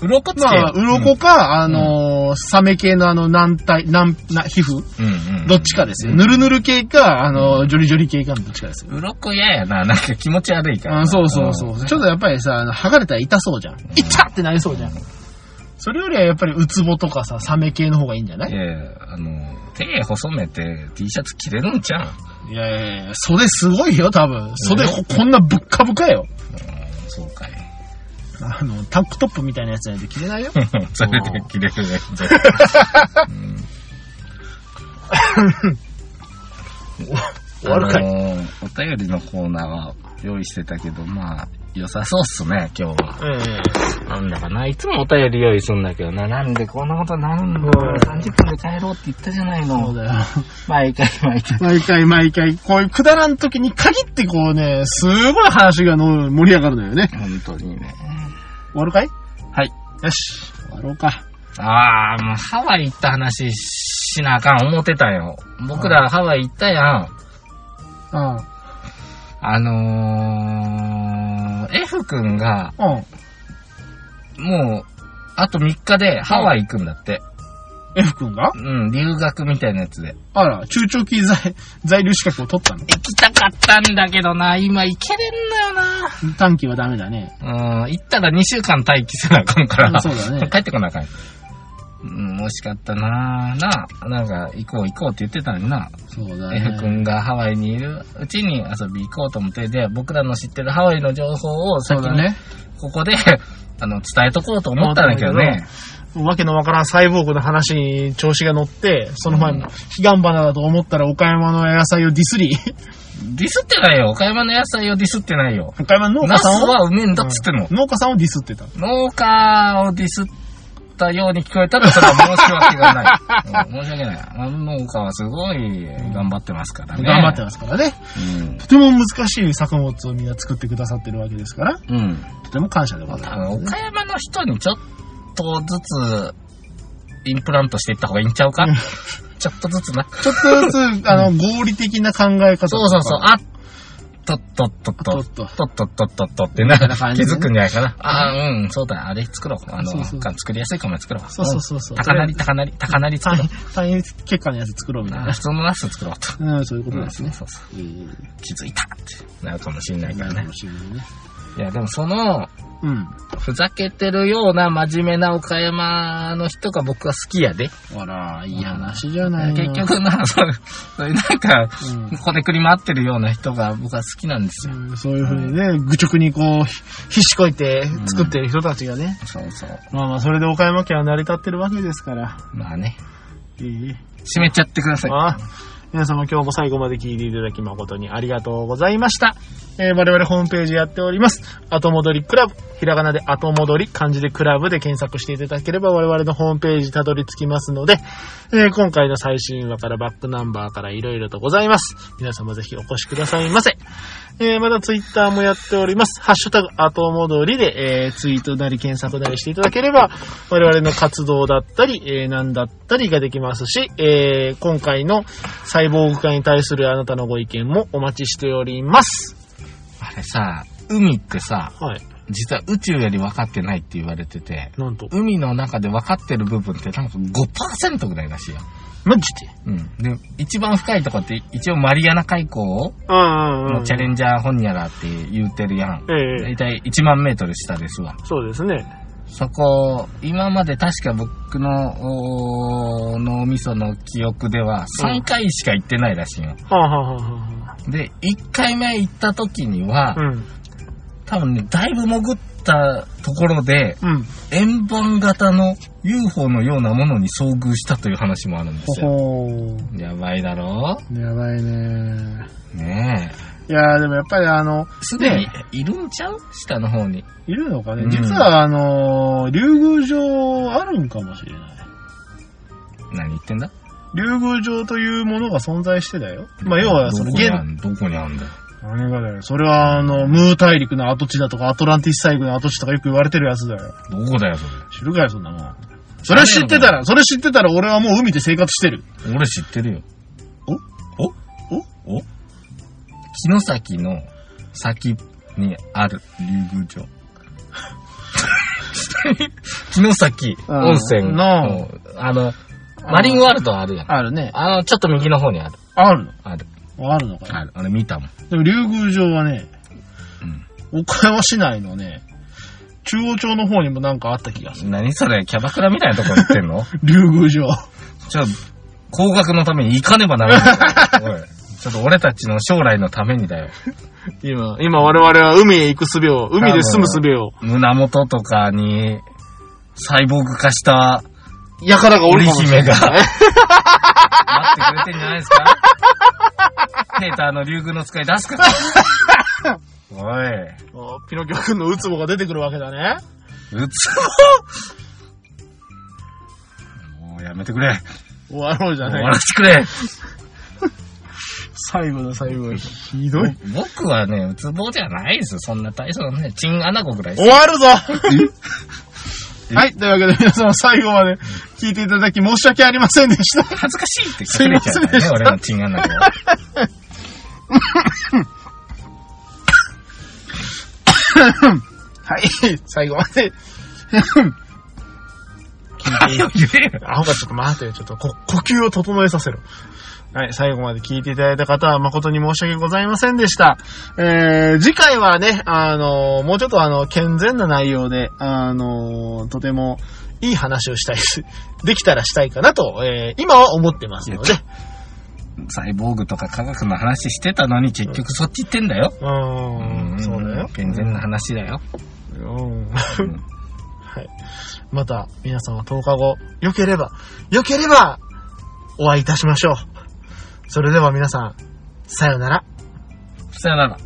Speaker 3: 鱗つけ
Speaker 2: ま
Speaker 3: よ
Speaker 2: あ、鱗か、あのー、サメ系のあの、軟体、軟、な、皮膚
Speaker 3: うんうんうん
Speaker 2: どっちかですよ。ぬるぬる系か、あのー、ジョリジョリ系かのどっちかですよ。
Speaker 3: 鱗嫌やな。なんか気持ち悪いから
Speaker 2: あ
Speaker 3: な。
Speaker 2: そうそうそう。ちょっとやっぱりさ、あの剥がれたら痛そうじゃん。痛ってなりそうじゃん。それよりはやっぱりウツボとかさ、サメ系の方がいいんじゃな
Speaker 3: うん。
Speaker 2: い
Speaker 3: いやいやあの、手細めて T シャツ着れるんじゃん。
Speaker 2: いやいやいや、袖すごいよ、多分。袖ここんなぶっかぶかよ。
Speaker 3: そう かい。
Speaker 2: あの、タンクトップみたいなやつなんて着れないよ。
Speaker 3: それで着れるね。
Speaker 2: 終わるかい
Speaker 3: あのーお便りのコーナーは用意してたけど、まあ、良さそうっすね、今日は。
Speaker 2: ええ
Speaker 3: なんだかな、いつもお便り用意すんだけどな、なんでこんなことになるんだ
Speaker 2: うん
Speaker 3: 30分で帰ろうって言ったじゃない
Speaker 2: そう
Speaker 3: の。
Speaker 2: だよ。
Speaker 3: 毎回毎回。
Speaker 2: 毎回毎回、こういうくだらん時に限ってこうね、すごい話がの盛り上がるのよね。
Speaker 3: 本当にね。
Speaker 2: 終わるかい
Speaker 3: はい。
Speaker 2: よし、終わろうか。
Speaker 3: ああ、もうハワイ行った話しなあかん思ってたよ。僕らハワイ行ったやん。
Speaker 2: うん。
Speaker 3: あのー、F 君が、
Speaker 2: うん。
Speaker 3: もう、あと3日でハワイ行くんだって。
Speaker 2: F 君が
Speaker 3: うん、留学みたいなやつで。
Speaker 2: あら、中長期在、在留資格を取ったの
Speaker 3: 行きたかったんだけどな、今行けれんのよな。
Speaker 2: 短期はダメだね。
Speaker 3: うん、行ったら2週間待機せなあかんか
Speaker 2: あ
Speaker 3: ら。
Speaker 2: そうだね
Speaker 3: 帰ってこなあかん。うん、惜しかったななあ、なんか、行こう行こうって言ってたのにな。
Speaker 2: そうだ
Speaker 3: F
Speaker 2: ね。
Speaker 3: 君がハワイにいるうちに遊び行こうと思って、で、僕らの知ってるハワイの情報を
Speaker 2: そ
Speaker 3: 先
Speaker 2: うだ
Speaker 3: に
Speaker 2: ね。
Speaker 3: ここで、 あの、伝えとこうと思ったんだけどね。
Speaker 2: わけのわからんサイボーグの話に調子が乗って、その前も、彼岸花だと思ったら岡山の野菜をディスり、
Speaker 3: ディスってないよ。岡山の野菜をディスってないよ。
Speaker 2: 岡山の農
Speaker 3: ナ
Speaker 2: 家
Speaker 3: ス
Speaker 2: さんを、
Speaker 3: はうめえんだっつってんの。
Speaker 2: 農家さんをディスってた。
Speaker 3: 農家をディスったように聞こえたら、それは申し訳が ない。うん申し訳ないあの。農家はすごい頑張ってますからね。
Speaker 2: 頑張って
Speaker 3: ま
Speaker 2: ますからね。
Speaker 3: す。
Speaker 2: とても難しい作物をみんな作ってくださってるわけですから、
Speaker 3: うん。うん。
Speaker 2: とても感謝でござい
Speaker 3: あ
Speaker 2: ま
Speaker 3: の
Speaker 2: すね。
Speaker 3: 岡山の人にちょっとずつ、インプラントしていった方がいいんちゃうかちょっとずつな。
Speaker 2: ちょっとずつ、あの、合理的な考え方
Speaker 3: そうそうそう。あとっとっとっ
Speaker 2: と
Speaker 3: と。
Speaker 2: っと。
Speaker 3: とっとっとっとっとってな、
Speaker 2: みたいな感じ
Speaker 3: 気
Speaker 2: でね
Speaker 3: づくんじゃないかな。ああ、うん、そうだ、あれ作ろう。あの、
Speaker 2: そうそう
Speaker 3: 作りやすいかも作ろう。
Speaker 2: そうそうそうそう。
Speaker 3: 高鳴り、高鳴り、高鳴り作
Speaker 2: 単
Speaker 3: ろう。
Speaker 2: 単位結果のやつ作ろうみたい
Speaker 3: あ
Speaker 2: な
Speaker 3: ー。普通のナス作ろうと。
Speaker 2: うん、そういうことですね。
Speaker 3: そうそう
Speaker 2: うん
Speaker 3: 気づいたってなるかもしれないから
Speaker 2: なるか
Speaker 3: ね
Speaker 2: も。しれないね。
Speaker 3: いや、でもその、
Speaker 2: うん。
Speaker 3: ふざけてるような真面目な岡山の人が僕は好きやで。
Speaker 2: あら、いい話じゃない
Speaker 3: 結局 な、そうそういうなんか、こねくり回ってるような人が僕は好きなんですよ。
Speaker 2: うん、そういうふうにね、愚直にこう、ひひしこいて作ってる人たちがね。
Speaker 3: そうそう。
Speaker 2: まあまあ、それで岡山県は成り立ってるわけですから。
Speaker 3: まあね。
Speaker 2: いい
Speaker 3: 閉めちゃってください。
Speaker 2: あ皆様今日も最後まで聞いていただき誠にありがとうございました。えー我々ホームページやっております。後戻りクラブ。ひらがなで後戻り、漢字でクラブで検索していただければ我々のホームページたどり着きますので、えー今回の最新話からバックナンバーから色々とございます。皆様ぜひお越しくださいませ。えーまたツイッターもやっております。ハッシュタグ後戻りで、えーツイートなり検索なりしていただければ、我々の活動だったり、えー何だったりができますし、えー今回の細胞化に対するあなたのご意見もお待ちしております。
Speaker 3: あれさ、海ってさ、
Speaker 2: はい。
Speaker 3: 実は宇宙より分かってないって言われてて、
Speaker 2: なんと。
Speaker 3: 海の中で分かってる部分ってなんか5%ぐらいらしいよ。
Speaker 2: マジで
Speaker 3: うん。で、一番深いとこって一応マリアナ海溝を
Speaker 2: うんうんうん。
Speaker 3: チャレンジャー本やらって言うてるやん。
Speaker 2: ええ
Speaker 3: 大体1万メートル下ですわ。
Speaker 2: そうですね。
Speaker 3: そこ、今まで確か僕のおー脳みその記憶では
Speaker 2: うん
Speaker 3: 3回しか行ってないらしいよ。
Speaker 2: はあ、はあはあは
Speaker 3: で、1回目行った時には
Speaker 2: あ、、うん。
Speaker 3: 多分ね、だいぶ潜ったところで、
Speaker 2: うん。
Speaker 3: 円盤型の UFO のようなものに遭遇したという話もあるんですよ。
Speaker 2: ほほ
Speaker 3: やばいだろ
Speaker 2: ー。やばいね
Speaker 3: ねえ。
Speaker 2: いやーでもやっぱりあの、
Speaker 3: すでにいるんちゃう下の方に。
Speaker 2: いるのかね、
Speaker 3: うん
Speaker 2: 実はあのー、竜宮城あるんかもしれない。
Speaker 3: 何言ってんだ
Speaker 2: 竜宮城というものが存在してだよ。まあ、要は、その、現、
Speaker 3: どこにあんだよ。
Speaker 2: 何がだよ。それは、あの、ムー大陸の跡地だとか、アトランティス大陸の跡地とかよく言われてるやつだよ。
Speaker 3: どこだよ、そ
Speaker 2: 知るかよ、そんなもん。それ知ってたら、それ知ってたら俺はもう海で生活してる。
Speaker 3: れ。俺知ってるよ。おおおお木の先の先にある竜宮 城。木の先温泉の、あの、マリンワールドあるやん。
Speaker 2: あるね。
Speaker 3: あの、ちょっと右の方にある。
Speaker 2: ある
Speaker 3: ある。
Speaker 2: のあるのかな
Speaker 3: ある。あれ見たもん。
Speaker 2: でも、竜宮城はね、岡山市内のね、中央町の方にもなんかあった気がする。
Speaker 3: 何それキャバクラみたいなとこ行ってん の
Speaker 2: 竜宮城。
Speaker 3: ちょ、高額のために行かねばなら ない。おい。ちょっと俺たちの将来のためにだよ。
Speaker 2: 今、今我々は海へ行く術を、海で住む術を、
Speaker 3: 胸元とかに、サイボーグ化した、
Speaker 2: やからがおる
Speaker 3: 織
Speaker 2: かもし
Speaker 3: 姫
Speaker 2: れな
Speaker 3: が
Speaker 2: い。、
Speaker 3: 待ってくれてんじゃないですかペーターの竜宮の使い出すから。おい。
Speaker 2: おピノキオ君のウツボが出てくるわけだね。
Speaker 3: うつぼもうやめてくれ。
Speaker 2: 終わろうじゃ
Speaker 3: 終
Speaker 2: な
Speaker 3: わ
Speaker 2: い
Speaker 3: らせてくれ。
Speaker 2: 最後の最後、ひどい。
Speaker 3: 僕はね、ウツボじゃないですよ。そんな大層なね、チンアナゴぐらいです
Speaker 2: 終わるぞ はい、というわけで皆様最後まで聞いていただき申し訳ありませんでした。
Speaker 3: 恥ずかしいって聞かれちゃうからね、俺のチンアナゴは。
Speaker 2: はい、最後ま で。
Speaker 3: 早く言えよ
Speaker 2: あ、ほかちょっと待ってよ、ちょっとこ呼吸を整えさせろ。はい、最後まで聞いていただいた方は誠に申し訳ございませんでした。えー、次回はね、あのもうちょっとあの、健全な内容で、あのとてもいい話をしたいし、できたらしたいかなと、えー今は思ってますので、
Speaker 3: サイボーグとか科学の話してたのに結局そっち行ってんだよ。
Speaker 2: うーん、そうだよ。
Speaker 3: 健全な話だよ。
Speaker 2: うん。 はい。また、皆さんは10日後、良ければ、良ければ、お会いいたしましょう。それでは皆さん、さようなら。
Speaker 3: さよなら。